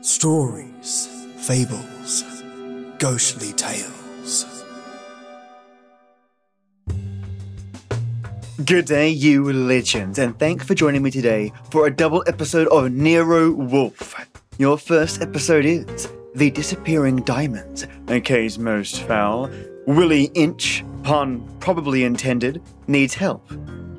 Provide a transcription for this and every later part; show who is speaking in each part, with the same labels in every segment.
Speaker 1: Stories, fables, ghostly tales.
Speaker 2: Good day, you legends, and thanks for joining me today for a double episode of Nero Wolf. Your first episode is The Disappearing Diamonds, a case most foul. Willie Inch, pun probably intended, needs help.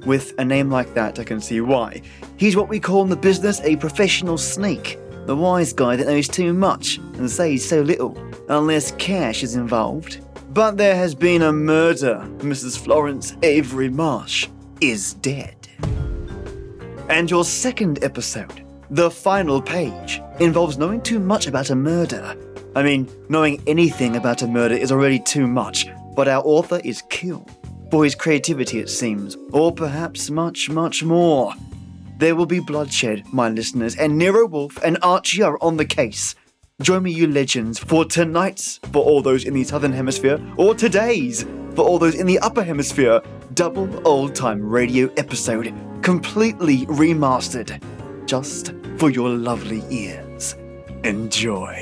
Speaker 2: With a name like that, I can see why. He's what we call in the business a professional snake, the wise guy that knows too much and says so little, unless cash is involved. But there has been a murder. Mrs. Florence Avery Marsh is dead. And your second episode, The Final Page, involves knowing too much about a murder. I mean, knowing anything about a murder is already too much, but our author is killed. For his creativity, it seems, or perhaps much, much more. There will be bloodshed, my listeners, and Nero Wolf and Archie are on the case. Join me, you legends, for tonight's, for all those in the Southern Hemisphere, or today's, for all those in the Upper Hemisphere, double old time radio episode, completely remastered, just for your lovely ears. Enjoy.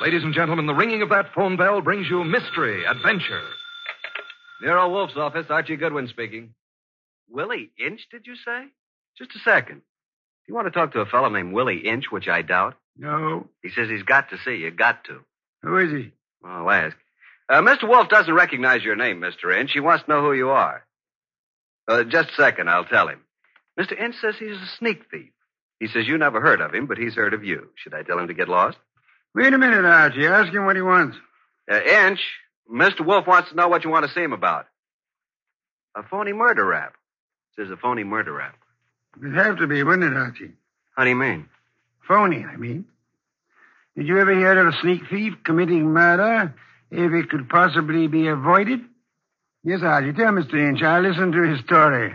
Speaker 3: Ladies and gentlemen, the ringing of that phone bell brings you mystery, adventure. Nero Wolf's office, Archie Goodwin speaking.
Speaker 4: Willie Inch, did you say? Just a second. Do you want to talk to a fellow named Willie Inch, which I doubt?
Speaker 5: No.
Speaker 4: He says he's got to see you. Got to.
Speaker 5: Who is he?
Speaker 4: I'll ask. Uh, Mr. Wolf doesn't recognize your name, Mr. Inch. He wants to know who you are. Uh, just a second, I'll tell him. Mr. Inch says he's a sneak thief. He says you never heard of him, but he's heard of you. Should I tell him to get lost?
Speaker 5: Wait a minute, Archie. Ask him what he wants.
Speaker 4: Uh, Inch, Mr. Wolf wants to know what you want to see him about. A phony murder rap. Says a phony murder rap.
Speaker 5: It'd have to be, wouldn't it, Archie?
Speaker 4: How do you mean?
Speaker 5: Phony, I mean. Did you ever hear of a sneak thief committing murder if it could possibly be avoided? Yes, Archie. Tell Mr. Inch. I'll listen to his story.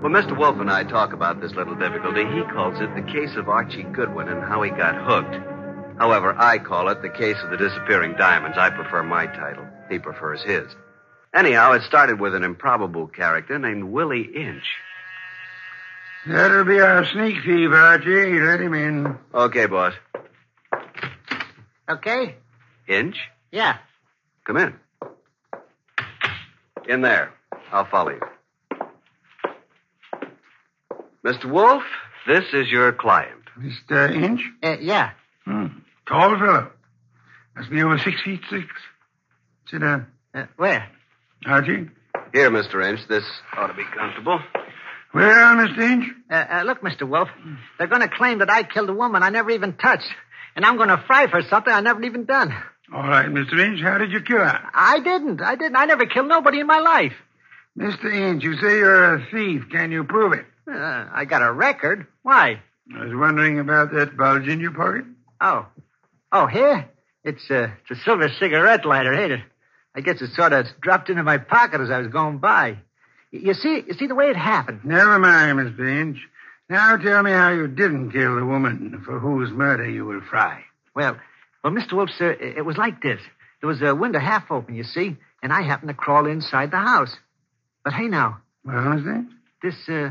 Speaker 4: When Mr. Wolf and I talk about this little difficulty, he calls it the case of Archie Goodwin and how he got hooked. However, I call it the case of the disappearing diamonds. I prefer my title. He prefers his. Anyhow, it started with an improbable character named Willie Inch.
Speaker 5: That'll be our sneak thief, Archie. Let him in.
Speaker 4: Okay, boss.
Speaker 6: Okay?
Speaker 4: Inch,
Speaker 6: Yeah.
Speaker 4: come in. In there. I'll follow you. Mr. Wolf, this is your client.
Speaker 5: Mr. Inch? Hmm.
Speaker 6: Uh, yeah.
Speaker 5: Tall fellow. Must be over six feet six. Sit down.
Speaker 6: Uh, where?
Speaker 5: Archie?
Speaker 4: Here, Mr. Inch, this ought to be comfortable.
Speaker 5: Well, Mr. Inch?
Speaker 6: Uh, uh, look, Mr. Wolf, they're going to claim that I killed a woman I never even touched. And I'm going to fry for something I never even done.
Speaker 5: All right, Mr. Inch. How did you kill her?
Speaker 6: I didn't. I didn't. I never killed nobody in my life.
Speaker 5: Mr. Inch, you say you're a thief. Can you prove it?
Speaker 6: Uh, I got a record. Why?
Speaker 5: I was wondering about that bulge in your pocket.
Speaker 6: Oh. Oh, here? It's, uh, it's a silver cigarette lighter, ain't it? I guess it sort of dropped into my pocket as I was going by. Y- You see, you see the way it happened.
Speaker 5: Never mind, Mr. Inch. Now tell me how you didn't kill the woman for whose murder you will fry.
Speaker 6: Well, well, Mr. Wolf, sir, it it was like this. There was a window half open, you see, and I happened to crawl inside the house. But hey, now,
Speaker 5: Well, Mr. Inch?
Speaker 6: this, uh,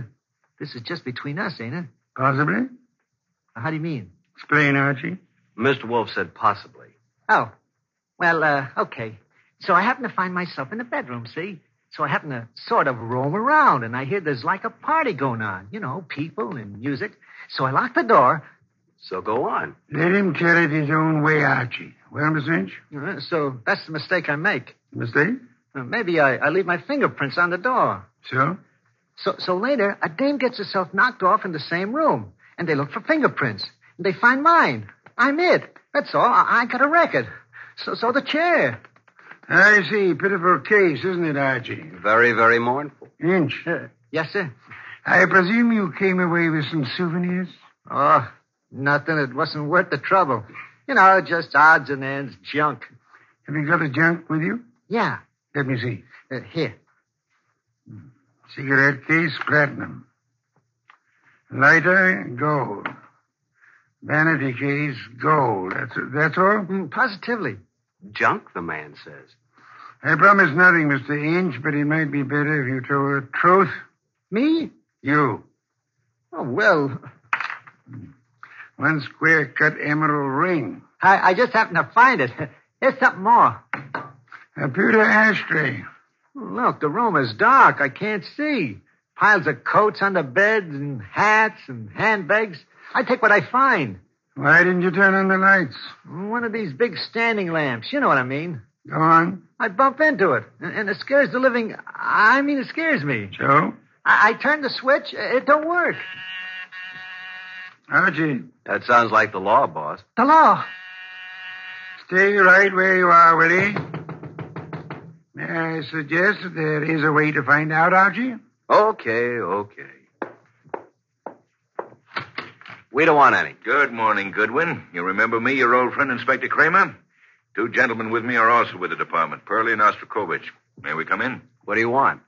Speaker 6: this is just between us, ain't it?
Speaker 5: Possibly.
Speaker 6: How do you mean?
Speaker 5: Explain, Archie.
Speaker 4: Mr. Wolf said possibly.
Speaker 6: Oh, well, uh, okay. So I happened to find myself in the bedroom, see? So I happened to sort of roam around, and I hear there's like a party going on, you know, people and music. So I locked the door.
Speaker 4: So go on.
Speaker 5: Let him tell it his own way, Archie. Well, Mr. Inch?
Speaker 6: Uh, So that's the mistake I make.
Speaker 5: Mistake?
Speaker 6: Uh, Maybe I, I leave my fingerprints on the door.
Speaker 5: So?
Speaker 6: So, so later, a dame gets herself knocked off in the same room, and they look for fingerprints. And they find mine. I'm it. That's all. I, I got a record. So, so the chair.
Speaker 5: I see. Pitiful case, isn't it, Archie?
Speaker 4: Very, very mournful.
Speaker 5: Inch.
Speaker 6: Uh, Yes, sir.
Speaker 5: I presume you came away with some souvenirs?
Speaker 6: Oh, nothing. It wasn't worth the trouble. You know, just odds and ends, junk.
Speaker 5: Have you got a junk with you?
Speaker 6: Yeah.
Speaker 5: Let me see. Hmm.
Speaker 6: Uh, here.
Speaker 5: Cigarette case, platinum. Lighter, gold. Vanity case, gold. That's, that's all?
Speaker 6: Mm, positively.
Speaker 4: Junk, the man says.
Speaker 5: I promise nothing, Mr. Inch, but it might be better if you told the truth.
Speaker 6: Me?
Speaker 5: You. Hmm.
Speaker 6: Oh, well,
Speaker 5: One square cut emerald ring.
Speaker 6: I, I just happened to find it. Here's something more.
Speaker 5: A pewter ashtray.
Speaker 6: Look, the room is dark. I can't see. Piles of coats under beds and hats and handbags. I take what I find.
Speaker 5: Why didn't you turn on the lights?
Speaker 6: One of these big standing lamps. You know what I mean.
Speaker 5: Go on.
Speaker 6: I bump into it, and, and it scares the living. I mean, it scares me.
Speaker 5: So?
Speaker 6: I, I turn the switch. It don't work.
Speaker 5: Archie,
Speaker 4: That sounds like the law, boss.
Speaker 6: The law.
Speaker 5: stay right where you are, will you? May I suggest that there is a way to find out, Archie?
Speaker 4: Okay, okay. We don't want any.
Speaker 7: Good morning, Goodwin. You remember me, your old friend, Inspector Kramer? Two gentlemen with me are also with the department, Perley and Ostrakovich. May we come in?
Speaker 4: What do you want?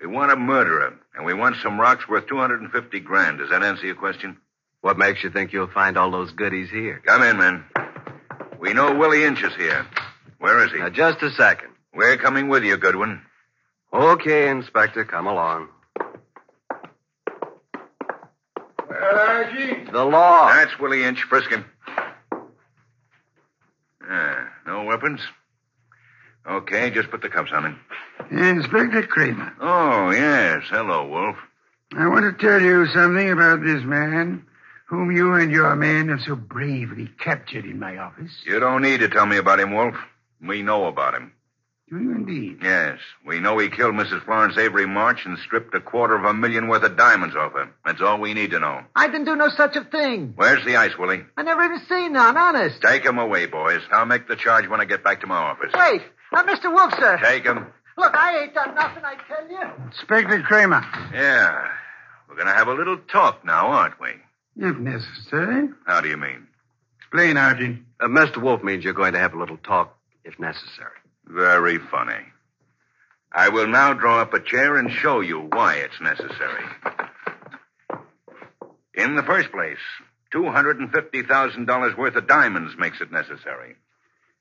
Speaker 7: We want a murderer, and we want some rocks worth 250 grand. Does that answer your question?
Speaker 4: What makes you think you'll find all those goodies here?
Speaker 7: Come in, men. We know Willie Inch is here. Where is he?
Speaker 4: Now, just a second.
Speaker 7: We're coming with you, Goodwin.
Speaker 4: Okay, Inspector, come along.
Speaker 5: Well, Archie.
Speaker 4: The law.
Speaker 7: That's Willie Inch. Frisk him. Ah, no weapons? Okay, just put the cuffs on him.
Speaker 5: Inspector Kramer,
Speaker 7: Oh, yes. Hello, Wolf.
Speaker 5: I want to tell you something about this man whom you and your men have so bravely captured in my office.
Speaker 7: You don't need to tell me about him, Wolf. We know about him.
Speaker 5: Do you indeed?
Speaker 7: Yes, we know he killed Mrs. Florence Avery March and stripped a quarter of a million worth of diamonds off her. That's all we need to know.
Speaker 6: I didn't do no such a thing.
Speaker 7: Where's the ice, Willie?
Speaker 6: I never even seen none, honest.
Speaker 7: Take him away, boys. I'll make the charge when I get back to my office.
Speaker 6: Wait. Now, Mr. Wolf, sir.
Speaker 7: Take him.
Speaker 6: Look, I ain't done nothing, I tell you.
Speaker 5: Inspector Kramer,
Speaker 7: Yeah. We're going to have a little talk now, aren't we?
Speaker 5: if necessary.
Speaker 7: How do you mean?
Speaker 5: Explain, Archie.
Speaker 4: Uh, Mr. Wolf means you're going to have a little talk if necessary.
Speaker 7: Very funny. I will now draw up a chair and show you why it's necessary. In the first place, $250,000 worth of diamonds makes it necessary.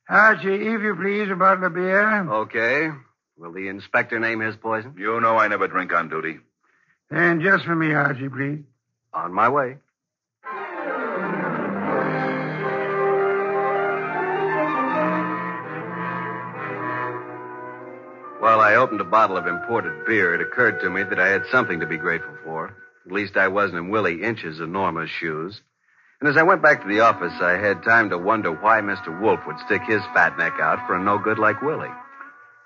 Speaker 5: Archie, if you please, a bottle of beer.
Speaker 4: Okay. Will the inspector name his poison?
Speaker 7: You know I never drink on duty.
Speaker 5: And just for me, Archie, please.
Speaker 4: On my way. While I opened a bottle of imported beer, it occurred to me that I had something to be grateful for. At least I wasn't in Willie Inch's enormous shoes. And as I went back to the office, I had time to wonder why Mr. Wolf would stick his fat neck out for a no good like Willie.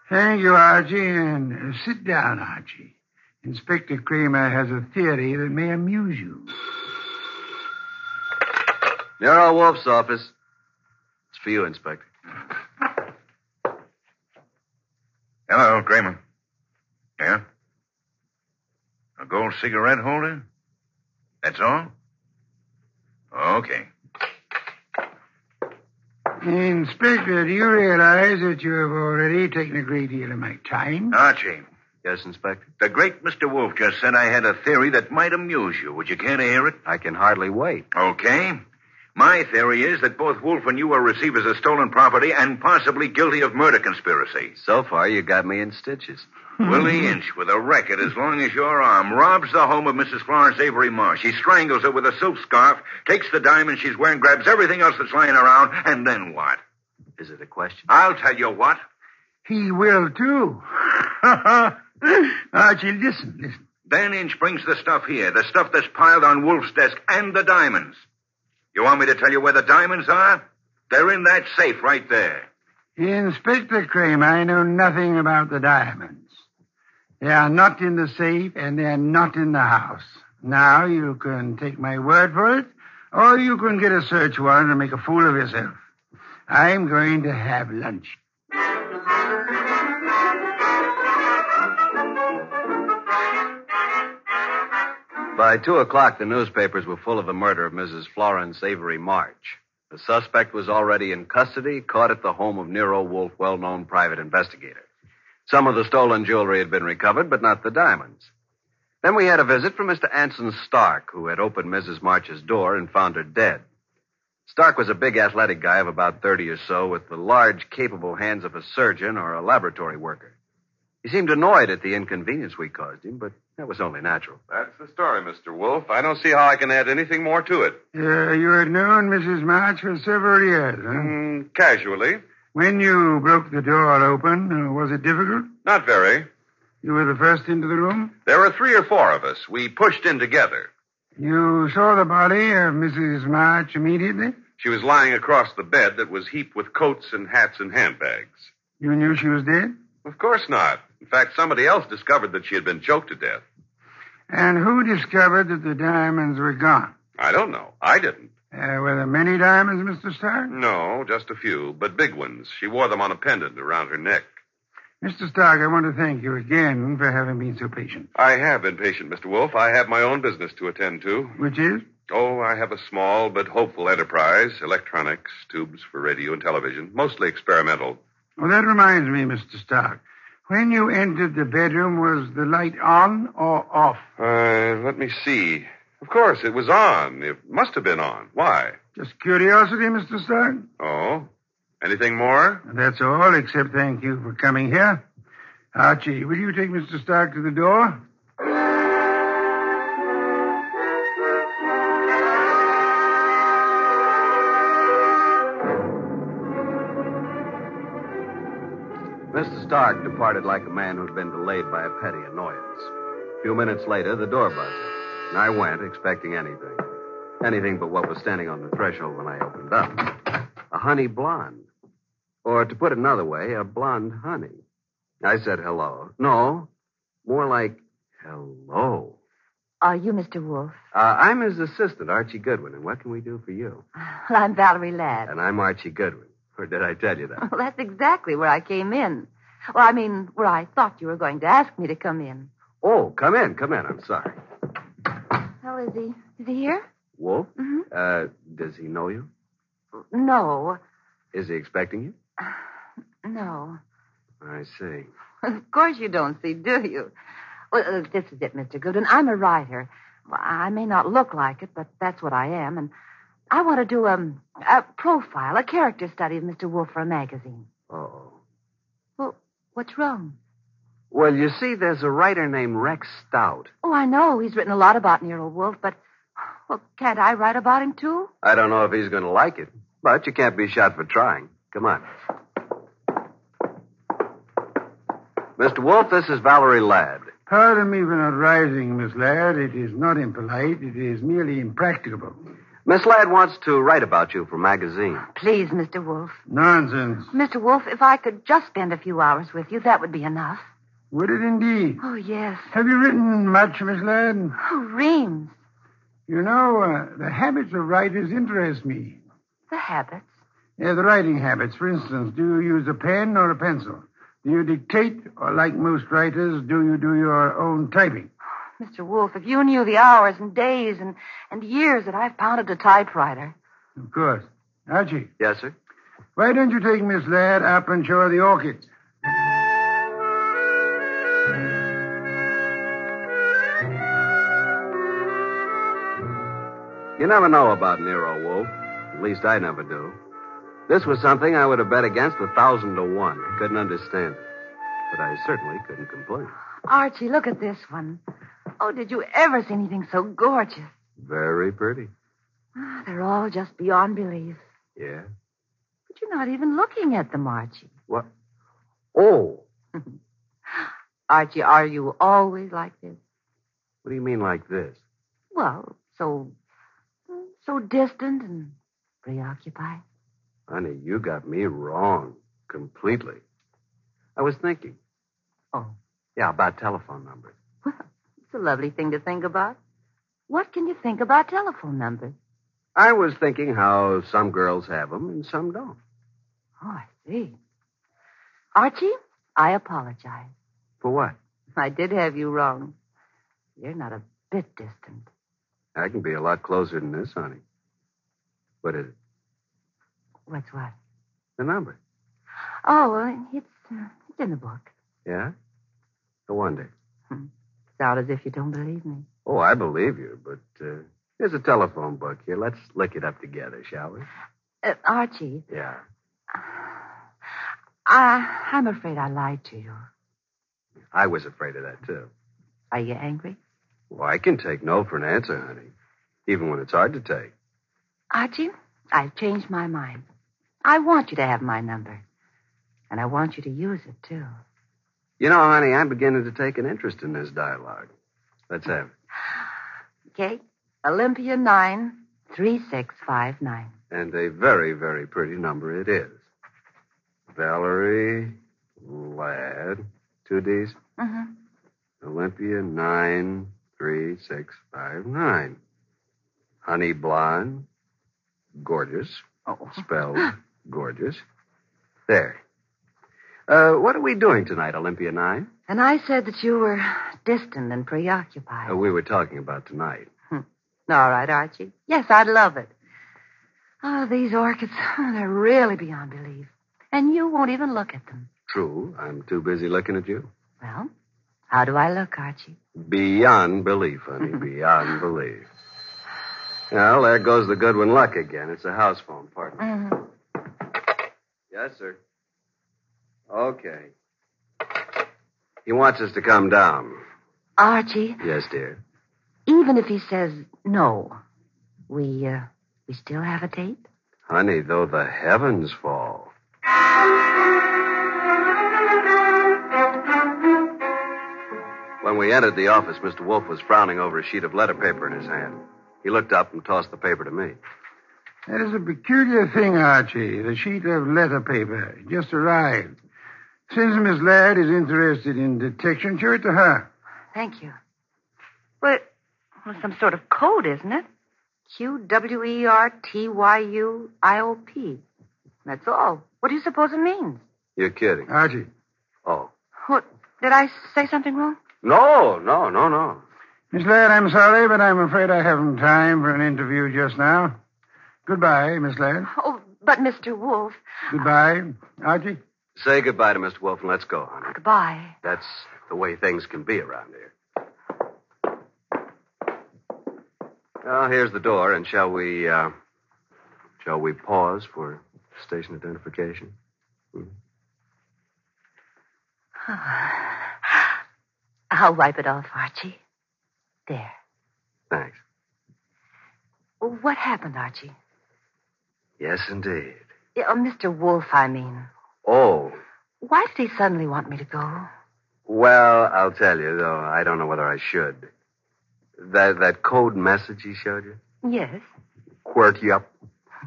Speaker 5: Thank you, Archie, and uh, sit down, Archie. Inspector Kramer has a theory that may amuse you.
Speaker 4: Nero Wolf's office. It's for you, Inspector.
Speaker 7: Hello, Kramer. Yeah? A gold cigarette holder? That's all? Okay.
Speaker 5: Inspector, do you realize that you have already taken a great deal of my time?
Speaker 7: Archie,
Speaker 4: Ah, Yes, Inspector?
Speaker 7: the great Mr. Wolf just said I had a theory that might amuse you. Would you care to hear it?
Speaker 4: I can hardly wait.
Speaker 7: Okay. My theory is that both Wolf and you are receivers of stolen property and possibly guilty of murder conspiracy.
Speaker 4: So far, you got me in stitches.
Speaker 7: Willie Inch, with a record as long as your arm, robs the home of Mrs. Florence Avery Marsh. He strangles her with a silk scarf, takes the diamond she's wearing, grabs everything else that's lying around, and then what?
Speaker 4: Is it a question?
Speaker 7: I'll tell you what.
Speaker 5: He will, too. Archie, listen, listen.
Speaker 7: Then Inch brings the stuff here, the stuff that's piled on Wolf's desk, and the diamonds. You want me to tell you where the diamonds are? They're in that safe right there.
Speaker 5: Inspector Kramer, I know nothing about the diamonds. They are not in the safe and they are not in the house. Now you can take my word for it, or you can get a search warrant and make a fool of yourself. I'm going to have lunch.
Speaker 4: By two o'clock, the newspapers were full of the murder of Mrs. Florence Avery March. The suspect was already in custody, caught at the home of Nero Wolf, well known private investigator. Some of the stolen jewelry had been recovered, but not the diamonds. Then we had a visit from Mr. Anson Stark, who had opened Mrs. March's door and found her dead. Stark was a big athletic guy of about 30 or so, with the large, capable hands of a surgeon or a laboratory worker. He seemed annoyed at the inconvenience we caused him, but that was only natural.
Speaker 3: That's the story, Mr. Wolf. I don't see how I can add anything more to it.
Speaker 5: Uh, you had known Mrs. March for several years, huh?
Speaker 3: Mm, casually.
Speaker 5: When you broke the door open, uh, was it difficult?
Speaker 3: Not very.
Speaker 5: You were the first into the room?
Speaker 3: There were three or four of us. We pushed in together.
Speaker 5: You saw the body of Mrs. March immediately?
Speaker 3: She was lying across the bed that was heaped with coats and hats and handbags.
Speaker 5: You knew she was dead?
Speaker 3: Of course not. In fact, somebody else discovered that she had been choked to death.
Speaker 5: And who discovered that the diamonds were gone?
Speaker 3: I don't know. I didn't.
Speaker 5: Uh, were there many diamonds, Mr. Stark?
Speaker 3: No, just a few, but big ones. She wore them on a pendant around her neck.
Speaker 5: Mr. Stark, I want to thank you again for having been so patient.
Speaker 3: I have been patient, Mr. Wolf. I have my own business to attend to.
Speaker 5: Which is?
Speaker 3: Oh, I have a small but hopeful enterprise electronics, tubes for radio and television, mostly experimental.
Speaker 5: Well, that reminds me, Mr. Stark. When you entered the bedroom, was the light on or off?
Speaker 3: Uh, let me see. Of course, it was on. It must have been on. Why?
Speaker 5: Just curiosity, Mr. Stark?
Speaker 3: Oh? Anything more?
Speaker 5: That's all, except thank you for coming here. Archie, will you take Mr. Stark to the door?
Speaker 4: Mr. Stark departed like a man who'd been delayed by a petty annoyance. A few minutes later, the door buzzed, and I went, expecting anything. Anything but what was standing on the threshold when I opened up. A honey blonde. Or, to put it another way, a blonde honey. I said hello. No, more like hello.
Speaker 8: Are you Mr. Wolf?
Speaker 4: Uh, I'm his assistant, Archie Goodwin, and what can we do for you?
Speaker 8: Well, I'm Valerie Ladd.
Speaker 4: And I'm Archie Goodwin. Or did I tell you that?
Speaker 8: Well, that's exactly where I came in. Well, I mean, where I thought you were going to ask me to come in.
Speaker 4: Oh, come in, come in. I'm sorry.
Speaker 8: Well, is he is he here?
Speaker 4: Wolf?
Speaker 8: Mhm.
Speaker 4: Uh, does he know you?
Speaker 8: No,
Speaker 4: Is he expecting you?
Speaker 8: no.
Speaker 4: I see.
Speaker 8: Of course you don't see, do you? Well, uh, this is it, Mr. Gooden. I'm a writer. Well, I may not look like it, but that's what I am, and I want to do um, a profile, a character study of Mr. Wolf for a magazine.
Speaker 4: Oh.
Speaker 8: Well, what's wrong?
Speaker 4: Well, you see, there's a writer named Rex Stout.
Speaker 8: Oh, I know he's written a lot about Nero Wolf, but well, can't I write about him too?
Speaker 4: I don't know if he's going to like it, but you can't be shot for trying. Come on. Mr. Wolf, this is Valerie Ladd.
Speaker 5: Pardon me for not rising, Miss Laird. It is not impolite. It is merely impracticable.
Speaker 4: Miss Ladd wants to write about you for magazine.
Speaker 8: Please, Mr. Wolf.
Speaker 5: Nonsense.
Speaker 8: Mr. Wolf, if I could just spend a few hours with you, that would be enough.
Speaker 5: Would it indeed?
Speaker 8: Oh, yes.
Speaker 5: Have you written much, Miss Laird?
Speaker 8: Oh, Reams.
Speaker 5: You know, uh, the habits of writers interest me.
Speaker 8: The habits.
Speaker 5: Yeah, the writing habits, for instance. Do you use a pen or a pencil? Do you dictate, or like most writers, do you do your own typing?
Speaker 8: Mr. Wolf, if you knew the hours and days and, and years that I've pounded a typewriter.
Speaker 5: Of course. Archie,
Speaker 4: Yes, sir?
Speaker 5: why don't you take Miss Laird up and show her the orchids?
Speaker 4: You never know about Nero Wolf. At least I never do. This was something I would have bet against a thousand to one. I couldn't understand it. But I certainly couldn't complain.
Speaker 8: Archie, look at this one. Oh, did you ever see anything so gorgeous?
Speaker 4: Very pretty.
Speaker 8: Ah, they're all just beyond belief.
Speaker 4: Yeah.
Speaker 8: But you're not even looking at them, Archie.
Speaker 4: What? Oh.
Speaker 8: Archie, are you always like this?
Speaker 4: What do you mean like this?
Speaker 8: Well, so, so distant and preoccupied.
Speaker 4: Honey, you got me wrong. Completely. I was thinking.
Speaker 8: Oh.
Speaker 4: Yeah, about telephone numbers.
Speaker 8: It's a lovely thing to think about. What can you think about telephone numbers?
Speaker 4: I was thinking how some girls have them and some don't.
Speaker 8: Oh, I see. Archie, I apologize.
Speaker 4: For what?
Speaker 8: I did have you wrong. You're not a bit distant.
Speaker 4: I can be a lot closer than this, honey. What is it?
Speaker 8: What's what?
Speaker 4: The number.
Speaker 8: Oh, well, it's, uh, it's in the book.
Speaker 4: Yeah? No wonder.
Speaker 8: Sound as if you don't believe me.
Speaker 4: Oh, I believe you, but uh, here's a telephone book here. Let's lick it up together, shall we?
Speaker 8: Uh, Archie,
Speaker 4: Yeah.
Speaker 8: I, I'm afraid I lied to you.
Speaker 4: I was afraid of that, too.
Speaker 8: Are you angry?
Speaker 4: Well, I can take no for an answer, honey, even when it's hard to take.
Speaker 8: Archie, I've changed my mind. I want you to have my number. And I want you to use it, too.
Speaker 4: You know, honey, I'm beginning to take an interest in this dialogue. Let's have it.
Speaker 8: Okay? Olympia 9 3659.
Speaker 4: And a very, very pretty number it is. Valerie Ladd, two D's,
Speaker 8: Mm-hmm.
Speaker 4: Olympia 93659. Honey blonde, gorgeous,
Speaker 8: Oh.
Speaker 4: spelled gorgeous. There. Uh, what are we doing tonight, Olympia 9?
Speaker 8: And I said that you were distant and preoccupied.
Speaker 4: Uh, we were talking about tonight.
Speaker 8: All right, Archie. Yes, I'd love it. Oh, these orchids, they're really beyond belief. And you won't even look at them.
Speaker 4: True, I'm too busy looking at you.
Speaker 8: Well, how do I look, Archie?
Speaker 4: Beyond belief, honey. beyond belief. Well, there goes the Goodwin luck again. It's a house phone, partner.
Speaker 8: Mhm.
Speaker 4: Yes, sir. Okay. He wants us to come down.
Speaker 8: Archie,
Speaker 4: Yes, dear.
Speaker 8: even if he says no, we, uh, we still have a date?
Speaker 4: Honey, though the heavens fall. When we entered the office, Mr. Wolf was frowning over a sheet of letter paper in his hand. He looked up and tossed the paper to me.
Speaker 5: That is a peculiar thing, Archie. The sheet of letter paper just arrived. Since Miss Ladd is interested in detection, show it to her.
Speaker 8: Thank you. Well, well some sort of code, isn't it? Q W E R T Y U I O P. That's all. What do you suppose it means?
Speaker 4: You're kidding.
Speaker 5: Archie,
Speaker 4: Oh.
Speaker 8: What? Did I say something wrong?
Speaker 4: No, no, no, no.
Speaker 5: Miss Ladd, I'm sorry, but I'm afraid I haven't time for an interview just now. Goodbye, Miss Ladd.
Speaker 8: Oh, but Mr. Wolf.
Speaker 5: Goodbye, Archie.
Speaker 4: Say goodbye to Mr. Wolf and let's go, honey.
Speaker 8: Goodbye.
Speaker 4: That's the way things can be around here. Well, here's the door, and shall we, uh, shall we pause for station identification?
Speaker 8: I'll wipe it off, Archie. There.
Speaker 4: Thanks.
Speaker 8: Oh, What happened, Archie?
Speaker 4: Yes, indeed.
Speaker 8: Yeah, oh, Mr. Wolf, I mean.
Speaker 4: Oh,
Speaker 8: Why did he suddenly want me to go?
Speaker 4: well, I'll tell you, though I don't know whether I should. That, that code message he showed you?
Speaker 8: Yes,
Speaker 4: Quirk you up?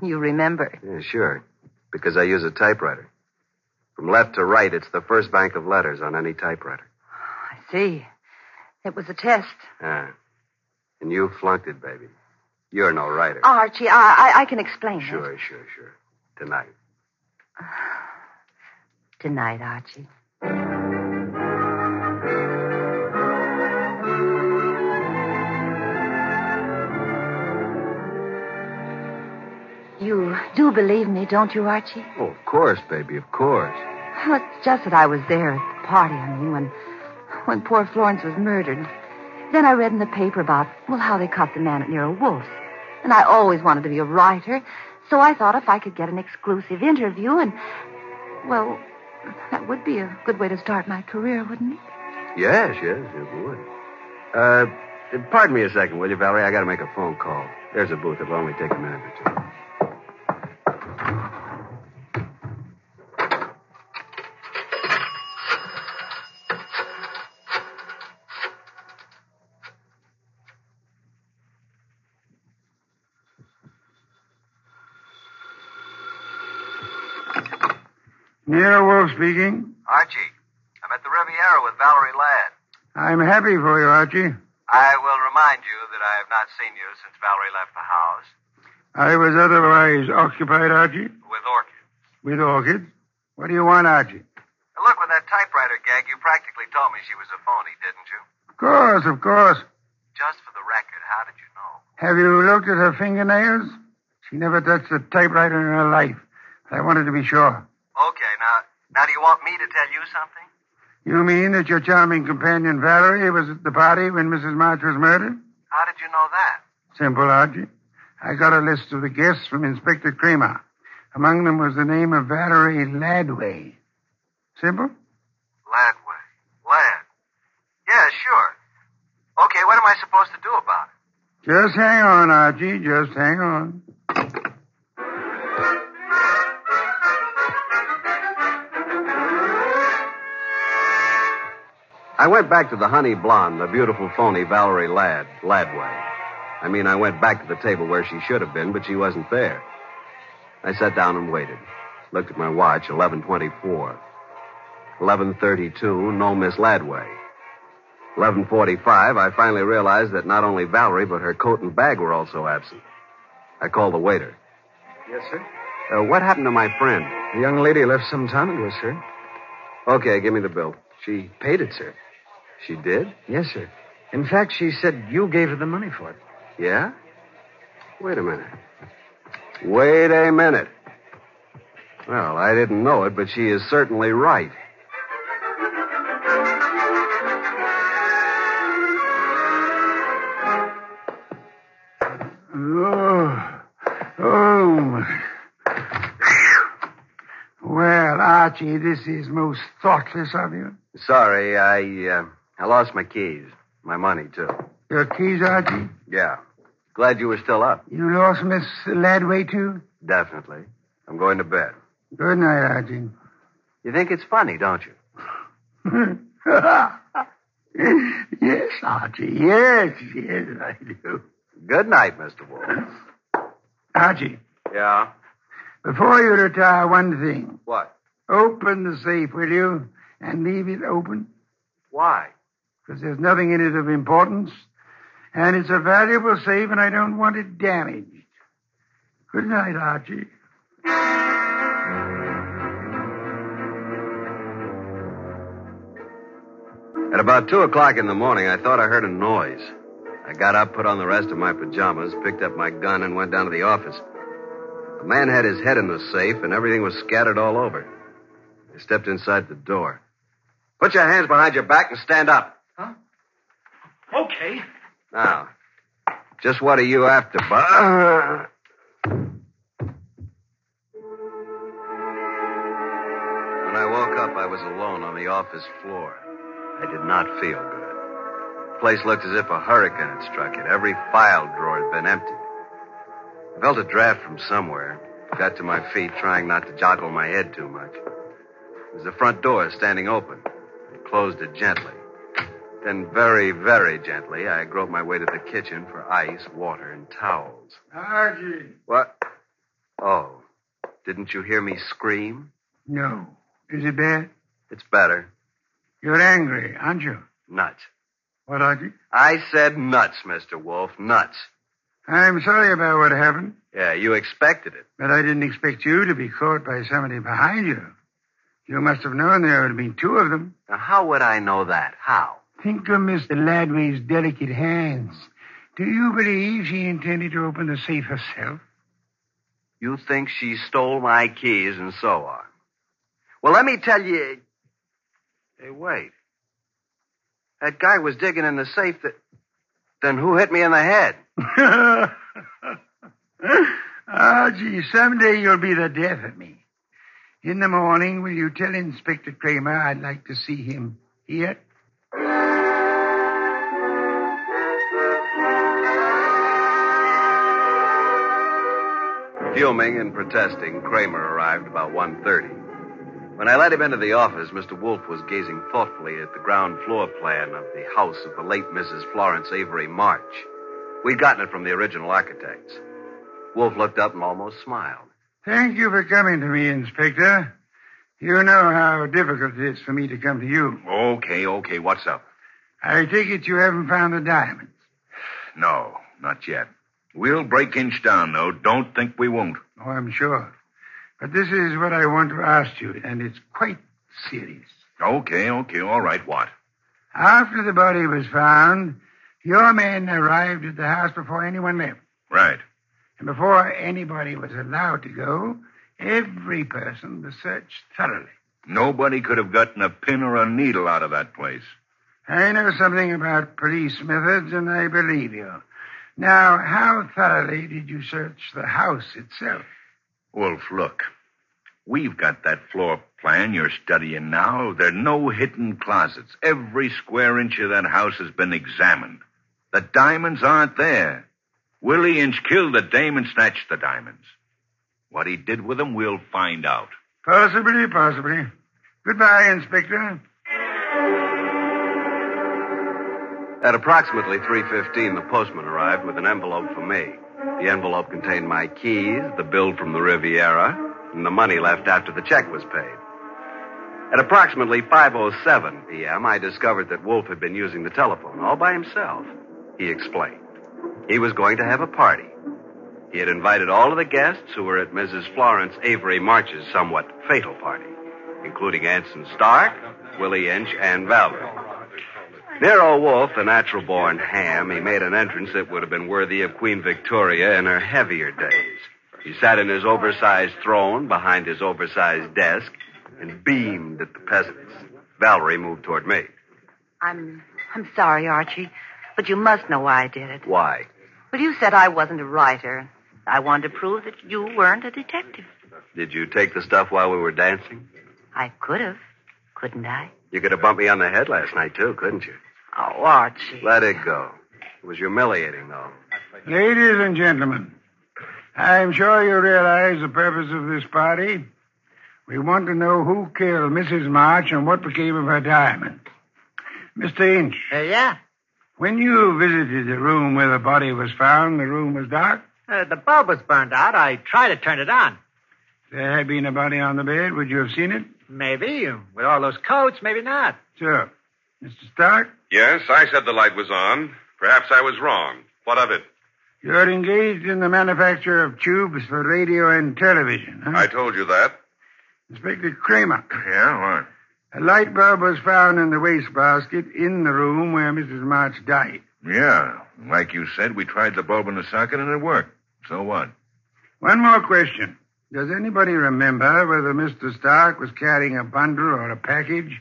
Speaker 8: you remember.
Speaker 4: Yeah, sure. Because I use a typewriter. From left to right, it's the first bank of letters on any typewriter.
Speaker 8: I see. It was a test.
Speaker 4: Ah. And you flunked it, baby. You're no writer.
Speaker 8: Archie, I, I, I can explain this.
Speaker 4: Sure, sure, sure. Tonight.
Speaker 8: Tonight, Archie. You do believe me, don't you, Archie?
Speaker 4: Oh, of course, baby, of course.
Speaker 8: Well, it's just that I was there at the party, I mean, when, when poor Florence was murdered. Then I read in the paper about, well, how they caught the man at Nero Wolf's. And I always wanted to be a writer, so I thought if I could get an exclusive interview and, well, that would be a good way to start my career, wouldn't it?
Speaker 4: Yes, yes, it would. Uh, pardon me a second, will you, Valerie? I gotta make a phone call. There's a booth. It'll only take a minute or two.
Speaker 5: Nero Wolf speaking.
Speaker 4: Archie, I'm at the Riviera with Valerie Ladd.
Speaker 5: I'm happy for you, Archie.
Speaker 4: I will remind you that I have not seen you since Valerie left the house
Speaker 5: I was otherwise occupied, Archie,
Speaker 4: with Orchid.
Speaker 5: with orchids. What do you want, Archie?
Speaker 4: Look, with that typewriter gag, you practically told me she was a phony, didn't you?
Speaker 5: Of course, of course.
Speaker 4: Just for the record, how did you know?
Speaker 5: Have you looked at her fingernails? She never touched a typewriter in her life. I wanted to be sure.
Speaker 4: Okay, now, now do you want me to tell you something?
Speaker 5: You mean that your charming companion Valerie was at the party when Mrs. March was murdered?
Speaker 4: How did you know that?
Speaker 5: Simple, Archie. I got a list of the guests from Inspector Kramer. Among them was the name of Valerie Ladway. Simple?
Speaker 4: Ladway. Lad. Yeah, sure. Okay, what am I supposed to do about it?
Speaker 5: Just hang on, Archie. Just hang on.
Speaker 4: I went back to the honey blonde, the beautiful phony Valerie Ladd, Ladway. I mean, I went back to the table where she should have been, but she wasn't there. I sat down and waited. Looked at my watch, 1124. 1132, no Miss Ladway. 1145, I finally realized that not only Valerie, but her coat and bag were also absent. I called the waiter. Yes, sir? Uh, what happened to my friend? The young lady left some time ago, sir. Okay, give me the bill. She paid it, sir. She did?
Speaker 6: Yes, sir. In fact, she said you gave her the money for it.
Speaker 4: Yeah? Wait a minute. Wait a minute. Well, I didn't know it, but she is certainly right.
Speaker 5: Oh, oh. my. Well, Archie, this is most thoughtless of you.
Speaker 4: Sorry, I uh, I lost my keys, my money too.
Speaker 5: Your keys, Archie?
Speaker 4: Yeah. Glad you were still up.
Speaker 5: You lost Miss Ladway, too?
Speaker 4: Definitely. I'm going to bed.
Speaker 5: Good night, Archie.
Speaker 4: You think it's funny, don't you?
Speaker 5: yes, Archie. Yes, yes, I do.
Speaker 4: Good night, Mr. Wolf.
Speaker 5: Archie,
Speaker 4: Yeah.
Speaker 5: before you retire, one thing.
Speaker 4: What?
Speaker 5: Open the safe, will you? And leave it open,
Speaker 4: Why?
Speaker 5: because there's nothing in it of importance. And it's a valuable safe, and I don't want it damaged. Good night, Archie.
Speaker 4: At about two o'clock in the morning, I thought I heard a noise. I got up, put on the rest of my pajamas, picked up my gun, and went down to the office. The man had his head in the safe, and everything was scattered all over. I stepped inside the door. Put your hands behind your back and stand up.
Speaker 6: Okay.
Speaker 4: Now, just what are you after, Bob? When I woke up, I was alone on the office floor. I did not feel good. place looked as if a hurricane had struck it. Every file drawer had been emptied. I felt a draft from somewhere. Got to my feet, trying not to joggle my head too much. It was the front door standing open. I closed it gently. Then, very, very gently, I groped my way to the kitchen for ice, water, and towels.
Speaker 5: Archie.
Speaker 4: What? Oh, didn't you hear me scream?
Speaker 5: No. Is it bad?
Speaker 4: It's better.
Speaker 5: You're angry, aren't you?
Speaker 4: Nuts.
Speaker 5: What, Archie?
Speaker 4: I said nuts, Mr. Wolf. Nuts.
Speaker 5: I'm sorry about what happened,
Speaker 4: Yeah, you expected it.
Speaker 5: but I didn't expect you to be caught by somebody behind you. You must have known there would have been two of them.
Speaker 4: Now, how would I know that? How?
Speaker 5: Think of Mr. Ladway's delicate hands. Do you believe she intended to open the safe herself?
Speaker 4: You think she stole my keys and so on. Well, let me tell you. Hey, wait. That guy was digging in the safe that. Then who hit me in the head?
Speaker 5: Ah, gee, someday you'll be the death of me. In the morning, will you tell Inspector Kramer I'd like to see him here?
Speaker 4: Fuming and protesting, Kramer arrived about 1.30. When I let him into the office, Mr. Wolf was gazing thoughtfully at the ground floor plan of the house of the late Mrs. Florence Avery March. We'd gotten it from the original architects. Wolf looked up and almost smiled.
Speaker 5: Thank you for coming to me, Inspector. You know how difficult it is for me to come to you.
Speaker 7: Okay, okay, what's up?
Speaker 5: I take it you haven't found the diamonds.
Speaker 7: No, not yet. We'll break inch down, though. Don't think we won't.
Speaker 5: Oh, I'm sure. But this is what I want to ask you, and it's quite serious.
Speaker 7: Okay, okay, all right, what?
Speaker 5: After the body was found, your men arrived at the house before anyone left.
Speaker 7: Right.
Speaker 5: And before anybody was allowed to go, every person was searched thoroughly.
Speaker 7: Nobody could have gotten a pin or a needle out of that place.
Speaker 5: I know something about police methods, and I believe you. Now, how thoroughly did you search the house itself?
Speaker 7: Wolf, look. We've got that floor plan you're studying now. There are no hidden closets. Every square inch of that house has been examined. The diamonds aren't there. Willie Inch killed the dame and snatched the diamonds. What he did with them, we'll find out.
Speaker 5: Possibly, possibly. Goodbye, Inspector.
Speaker 4: At approximately 3.15, the postman arrived with an envelope for me. The envelope contained my keys, the bill from the Riviera, and the money left after the check was paid. At approximately 5.07 p.m., I discovered that Wolf had been using the telephone all by himself. He explained. He was going to have a party. He had invited all of the guests who were at Mrs. Florence Avery March's somewhat fatal party, including Anson Stark, Willie Inch, and Valerie. Nero Wolf, the natural born ham, he made an entrance that would have been worthy of Queen Victoria in her heavier days. He sat in his oversized throne behind his oversized desk and beamed at the peasants. Valerie moved toward me.
Speaker 8: I'm I'm sorry, Archie, but you must know why I did it.
Speaker 4: Why?
Speaker 8: Well, you said I wasn't a writer. I wanted to prove that you weren't a detective.
Speaker 4: Did you take the stuff while we were dancing?
Speaker 8: I could have, couldn't I?
Speaker 4: You could have bumped me on the head last night, too, couldn't you?
Speaker 8: Oh, Archie.
Speaker 4: Let it go. It was humiliating, though.
Speaker 5: Ladies and gentlemen, I'm sure you realize the purpose of this party. We want to know who killed Mrs. March and what became of her diamond. Mr. Inch,
Speaker 6: Uh, yeah.
Speaker 5: when you visited the room where the body was found, the room was dark.
Speaker 6: Uh, the bulb was burned out. I tried to turn it on.
Speaker 5: If there had been a body on the bed, would you have seen it?
Speaker 6: Maybe. With all those coats, maybe not.
Speaker 5: Sure. Mr. Stark,
Speaker 3: Yes, I said the light was on. Perhaps I was wrong. What of it?
Speaker 5: you're engaged in the manufacture of tubes for radio and television, huh?
Speaker 3: I told you that.
Speaker 5: Inspector Kramer,
Speaker 7: Yeah, what?
Speaker 5: a light bulb was found in the wastebasket in the room where Mrs. March died.
Speaker 7: Yeah. Like you said, we tried the bulb in the socket and it worked. So what?
Speaker 5: One more question. Does anybody remember whether Mr. Stark was carrying a bundle or a package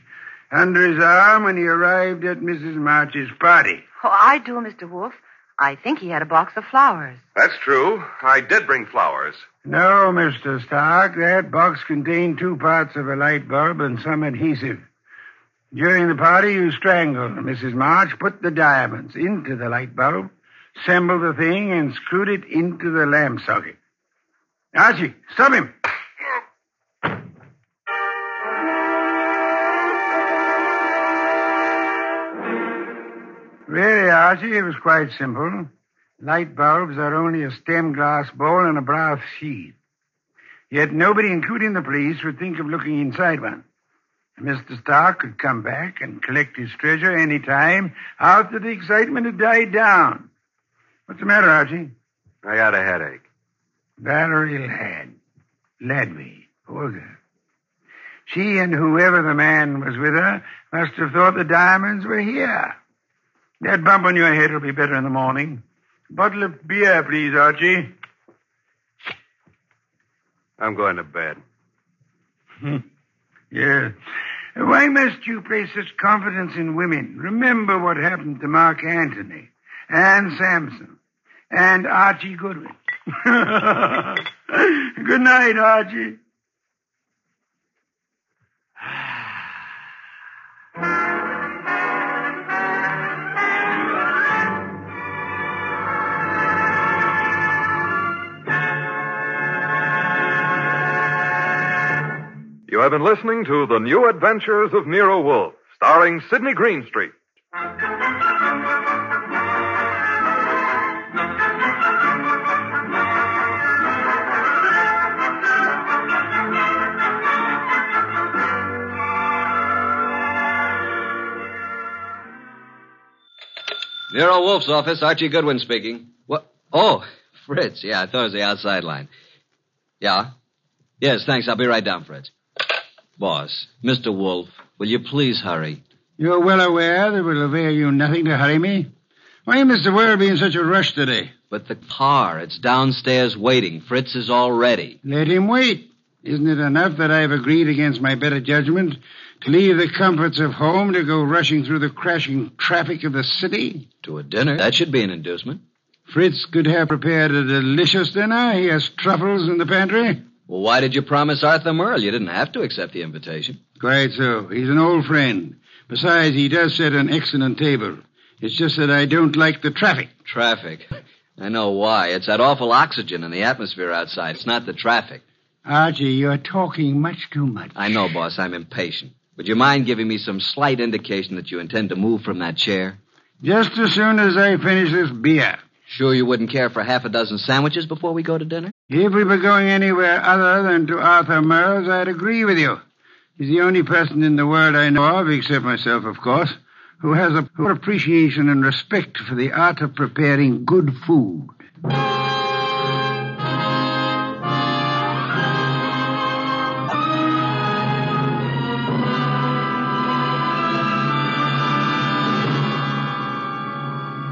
Speaker 5: under his arm when he arrived at Mrs. March's party?
Speaker 8: Oh, I do, Mr. Wolf. I think he had a box of flowers.
Speaker 3: That's true. I did bring flowers.
Speaker 5: No, Mr. Stark. That box contained two parts of a light bulb and some adhesive. During the party, you strangled Mrs. March, put the diamonds into the light bulb, assembled the thing, and screwed it into the lamp socket. Archie, stop him. Really, Archie, it was quite simple. Light bulbs are only a stem glass bowl and a brass sheath. Yet nobody, including the police, would think of looking inside one. Mr. Stark could come back and collect his treasure any time after the excitement had died down. What's the matter, Archie?
Speaker 4: I got a headache.
Speaker 5: Valerie Ladd. Ladby. Olga. She and whoever the man was with her must have thought the diamonds were here. That bump on your head will be better in the morning. Bottle of beer, please, Archie.
Speaker 4: I'm going to bed.
Speaker 5: Yes. Hmm. Why must you place such confidence in women? Remember what happened to Mark Antony and Samson and Archie Goodwin. Good night, Archie.
Speaker 3: You have been listening to The New Adventures of Nero Wolf, starring Sidney Greenstreet.
Speaker 4: Nero Wolf's office, Archie Goodwin speaking. What? Oh, Fritz. Yeah, I thought it was the outside line. Yeah? Yes, thanks. I'll be right down, Fritz. Boss, Mr. Wolf, will you please hurry?
Speaker 5: You're well aware that it will avail you nothing to hurry me. Why, Mr. Ware, be in such a rush today?
Speaker 4: But the car, it's downstairs waiting. Fritz is all ready.
Speaker 5: Let him wait. Isn't it enough that I've agreed against my better judgment to leave the comforts of home to go rushing through the crashing traffic of the city?
Speaker 4: To a dinner? That should be an inducement.
Speaker 5: Fritz could have prepared a delicious dinner. He has truffles in the pantry.
Speaker 4: Well, why did you promise Arthur Merle? You didn't have to accept the invitation.
Speaker 5: Quite so. He's an old friend. Besides, he does set an excellent table. It's just that I don't like the traffic.
Speaker 4: Traffic. I know why. It's that awful oxygen in the atmosphere outside. It's not the traffic.
Speaker 5: Archie, you're talking much too much.
Speaker 4: I know, boss, I'm impatient. Would you mind giving me some slight indication that you intend to move from that chair?
Speaker 5: Just as soon as I finish this beer.
Speaker 4: Sure you wouldn't care for half a dozen sandwiches before we go to dinner?
Speaker 5: If we were going anywhere other than to Arthur Merle's, I'd agree with you. He's the only person in the world I know of, except myself, of course, who has a poor appreciation and respect for the art of preparing good food.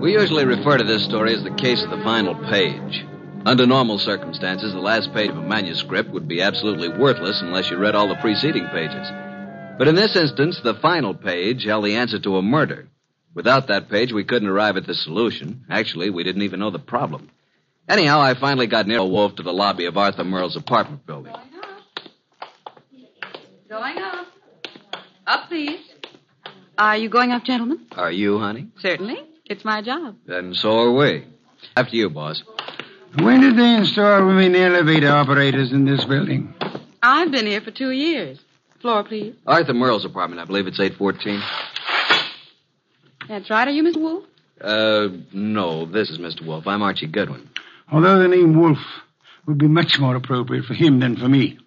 Speaker 4: We usually refer to this story as the case of the final page. Under normal circumstances, the last page of a manuscript would be absolutely worthless unless you read all the preceding pages. But in this instance, the final page held the answer to a murder. Without that page, we couldn't arrive at the solution. Actually, we didn't even know the problem. Anyhow, I finally got Nero Wolf to the lobby of Arthur Merle's apartment building.
Speaker 9: Going up. Up, please. Are you going up, gentlemen?
Speaker 4: Are you, honey?
Speaker 9: Certainly. It's my job.
Speaker 4: Then so are we. After you, boss.
Speaker 5: When did they install women elevator operators in this building?
Speaker 9: I've been here for two years. Floor, please.
Speaker 4: Arthur Merle's apartment, I believe it's 814.
Speaker 9: That's right. Are you Miss Wolf?
Speaker 4: Uh, no, this is Mr. Wolf. I'm Archie Goodwin.
Speaker 5: Although the name Wolf would be much more appropriate for him than for me.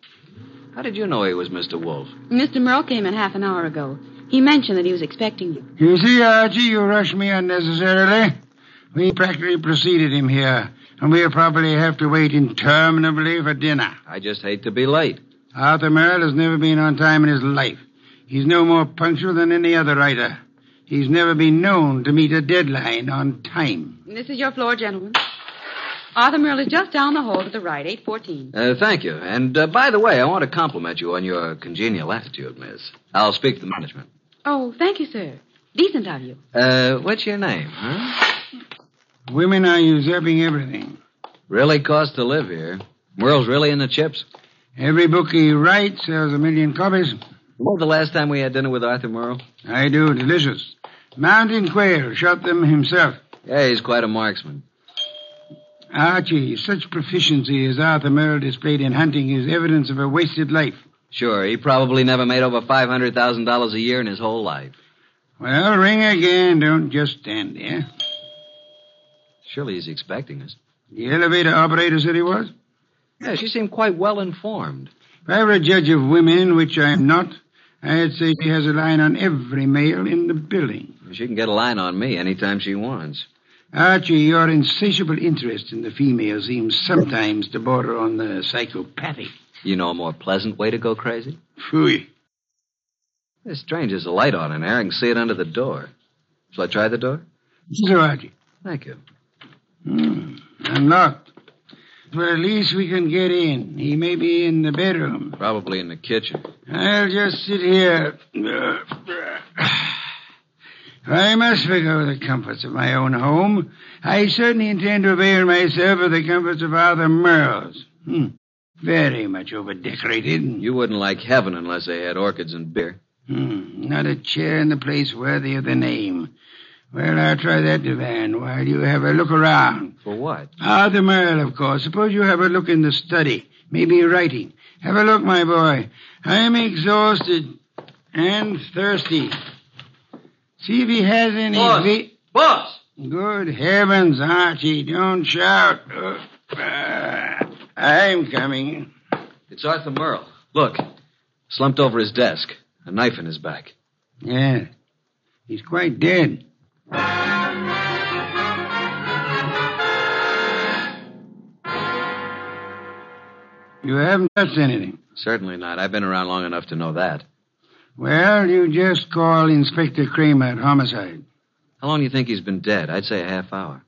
Speaker 4: How did you know he was Mr. Wolf?
Speaker 9: Mr. Merle came in half an hour ago. He mentioned that he was expecting you.
Speaker 5: You see, Archie, you rush me unnecessarily. We practically preceded him here, and we'll probably have to wait interminably for dinner.
Speaker 4: I just hate to be late.
Speaker 5: Arthur Merrill has never been on time in his life. He's no more punctual than any other writer. He's never been known to meet a deadline on time.
Speaker 9: This is your floor, gentlemen. Arthur Merle is just down the hall to the right, 814.
Speaker 4: Uh, thank you. And uh, by the way, I want to compliment you on your congenial attitude, miss. I'll speak to the management.
Speaker 9: Oh, thank you, sir. Decent of you.
Speaker 4: Uh, what's your name, huh?
Speaker 5: Women are usurping everything.
Speaker 4: Really costs to live here. Merle's really in the chips.
Speaker 5: Every book he writes sells a million copies.
Speaker 4: Well, the last time we had dinner with Arthur Merle?
Speaker 5: I do, delicious. Mountain Quail shot them himself.
Speaker 4: Yeah, he's quite a marksman.
Speaker 5: Archie, such proficiency as Arthur Merle displayed in hunting is evidence of a wasted life.
Speaker 4: Sure, he probably never made over $500,000 a year in his whole life.
Speaker 5: Well, ring again. Don't just stand there.
Speaker 4: Surely he's expecting us.
Speaker 5: The elevator operator said he was.
Speaker 4: Yeah, she seemed quite well informed.
Speaker 5: If I were a judge of women, which I am not, I'd say she has a line on every male in the building.
Speaker 4: She can get a line on me anytime she wants.
Speaker 5: Archie, your insatiable interest in the female seems sometimes to border on the psychopathic.
Speaker 4: You know a more pleasant way to go crazy?
Speaker 5: Phooey.
Speaker 4: It's strange. There's a light on in there. I can see it under the door. Shall I try the door?
Speaker 5: So, Archie,
Speaker 4: Thank you.
Speaker 5: hmm, unlocked. Well, at least we can get in. He may be in the bedroom.
Speaker 4: Probably in the kitchen.
Speaker 5: I'll just sit here. Uh, I must forego the comforts of my own home. I certainly intend to avail myself of the comforts of Arthur Merle's. Hmm. Very much overdecorated.
Speaker 4: You wouldn't like heaven unless they had orchids and beer.
Speaker 5: Hmm. Not a chair in the place worthy of the name. Well, I'll try that, Devan, while you have a look around.
Speaker 10: For what?
Speaker 5: Ah, the Merle, of course. Suppose you have a look in the study. Maybe writing. Have a look, my boy. I am exhausted and thirsty. See if he has any.
Speaker 4: Boss.
Speaker 5: vi-
Speaker 4: Boss!
Speaker 5: Good heavens, Archie, don't shout. Uh, ah, I'm coming.
Speaker 4: It's Arthur Merle. Look, slumped over his desk, a knife in his back.
Speaker 5: Yeah. He's quite dead. You haven't touched anything.
Speaker 4: Certainly not. I've been around long enough to know that.
Speaker 5: Well, you just call Inspector Kramer at homicide.
Speaker 4: How long do you think he's been dead? I'd say a half hour.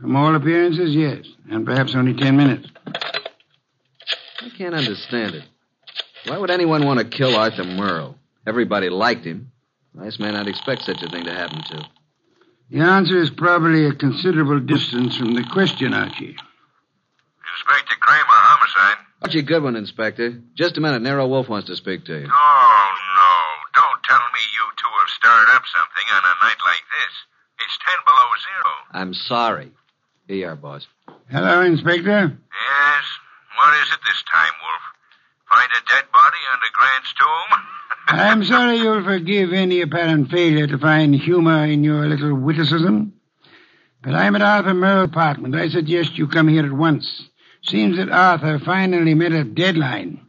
Speaker 5: From all appearances, yes. And perhaps only ten minutes.
Speaker 4: I can't understand it. Why would anyone want to kill Arthur Merle? Everybody liked him. Nice man, I'd expect such a thing to happen to.
Speaker 5: The answer is probably a considerable distance from the question, Archie.
Speaker 7: Inspector Kramer, homicide.
Speaker 4: Archie Goodwin, Inspector. Just a minute. Nero Wolf wants to speak to you.
Speaker 7: Oh, no. Don't tell me you two have started up something on a night like this. It's ten below zero.
Speaker 4: I'm sorry. Here you are, boss.
Speaker 5: Hello, Inspector.
Speaker 7: Yes. What is it this time, Wolf? Find a dead body under Grant's tomb?
Speaker 5: I'm sorry you'll forgive any apparent failure to find humor in your little witticism. But I'm at Arthur Merle's apartment. I suggest you come here at once. Seems that Arthur finally met a deadline.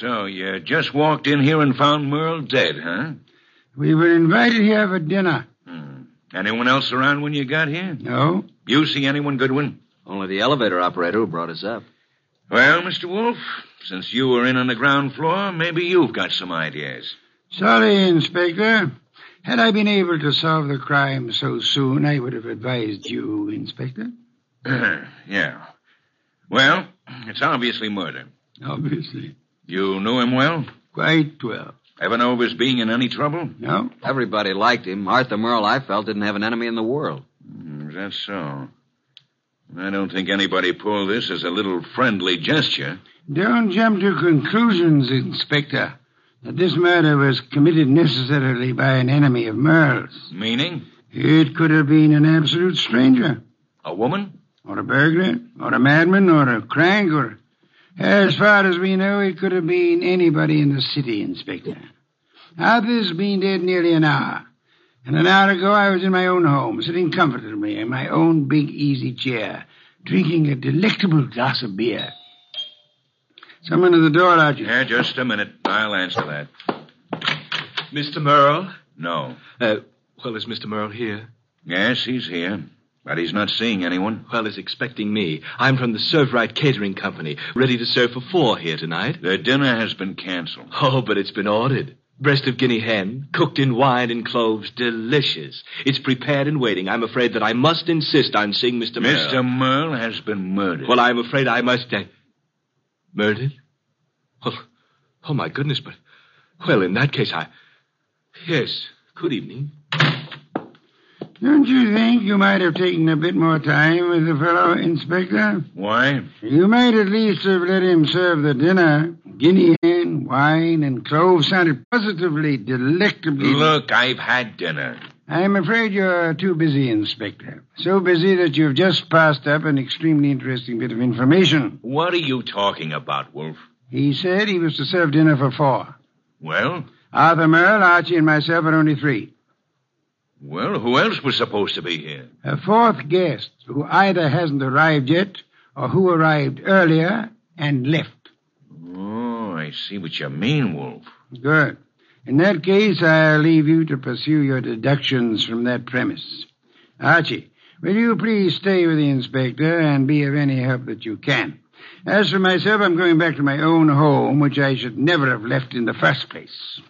Speaker 7: So you just walked in here and found Merle dead, huh?
Speaker 5: We were invited here for dinner.
Speaker 7: Anyone else around when you got here?
Speaker 5: No?
Speaker 7: You see anyone, Goodwin?
Speaker 4: Only the elevator operator who brought us up.
Speaker 7: Well, Mr. Wolf, since you were in on the ground floor, maybe you've got some ideas.
Speaker 5: Sorry, Inspector. Had I been able to solve the crime so soon, I would have advised you, Inspector.
Speaker 7: yeah. Well, it's obviously murder.
Speaker 5: Obviously.
Speaker 7: You knew him well?
Speaker 5: Quite well.
Speaker 7: Ever know of his being in any trouble?
Speaker 5: No?
Speaker 4: Everybody liked him. Arthur Merle, I felt, didn't have an enemy in the world.
Speaker 7: Hmm, Is that so? I don't think anybody pulled this as a little friendly gesture.
Speaker 5: Don't jump to conclusions, Inspector. That this murder was committed necessarily by an enemy of Merle's.
Speaker 7: Meaning?
Speaker 5: It could have been an absolute stranger,
Speaker 7: A woman?
Speaker 5: or a burglar, or a madman, or a crank, or. As far as we know, it could have been anybody in the city, Inspector. Arthur's been dead nearly an hour. And an hour ago, I was in my own home, sitting comfortably in my own big easy chair, drinking a delectable glass of beer. Someone at the door, Archie.
Speaker 7: Yeah, just a minute. I'll answer that.
Speaker 11: Mr. Merle?
Speaker 7: No.
Speaker 11: Uh, well, is Mr. Merle here?
Speaker 7: Yes, he's here, but he's not seeing anyone.
Speaker 11: Well, he's expecting me. I'm from the Serve Right Catering Company, ready to serve for four here tonight.
Speaker 7: The dinner has been canceled.
Speaker 11: Oh, but it's been ordered. Breast of guinea hen, cooked in wine and cloves, delicious. It's prepared and waiting. I'm afraid that I must insist on seeing Mr. Merle.
Speaker 7: Mr. Merle has been murdered.
Speaker 11: Well, I'm afraid I must. Uh, murdered? Well, oh, my goodness, but. Well, in that case, I. Yes, good evening.
Speaker 5: Don't you think you might have taken a bit more time with the fellow, Inspector?
Speaker 7: Why?
Speaker 5: You might at least have let him serve the dinner. Guinea hen, wine, and cloves sounded positively
Speaker 4: Mm-hmm.
Speaker 5: delectably.
Speaker 7: Look, I've had dinner.
Speaker 5: I'm afraid you're too busy, Inspector. So busy that you've just passed up an extremely interesting bit of information.
Speaker 7: What are you talking about, Wolf?
Speaker 5: He said he was to serve dinner for four.
Speaker 7: Well,
Speaker 5: Arthur Merle, Archie, and myself are only three.
Speaker 7: well, who else was supposed to be here?
Speaker 5: A fourth guest who either hasn't arrived yet or who arrived earlier and left.
Speaker 7: Oh, I see what you mean, Wolf.
Speaker 5: Good. In that case, I'll leave you to pursue your deductions from that premise. Archie, will you please stay with the inspector and be of any help that you can? As for myself, I'm going back to my own home, which I should never have left in the first place.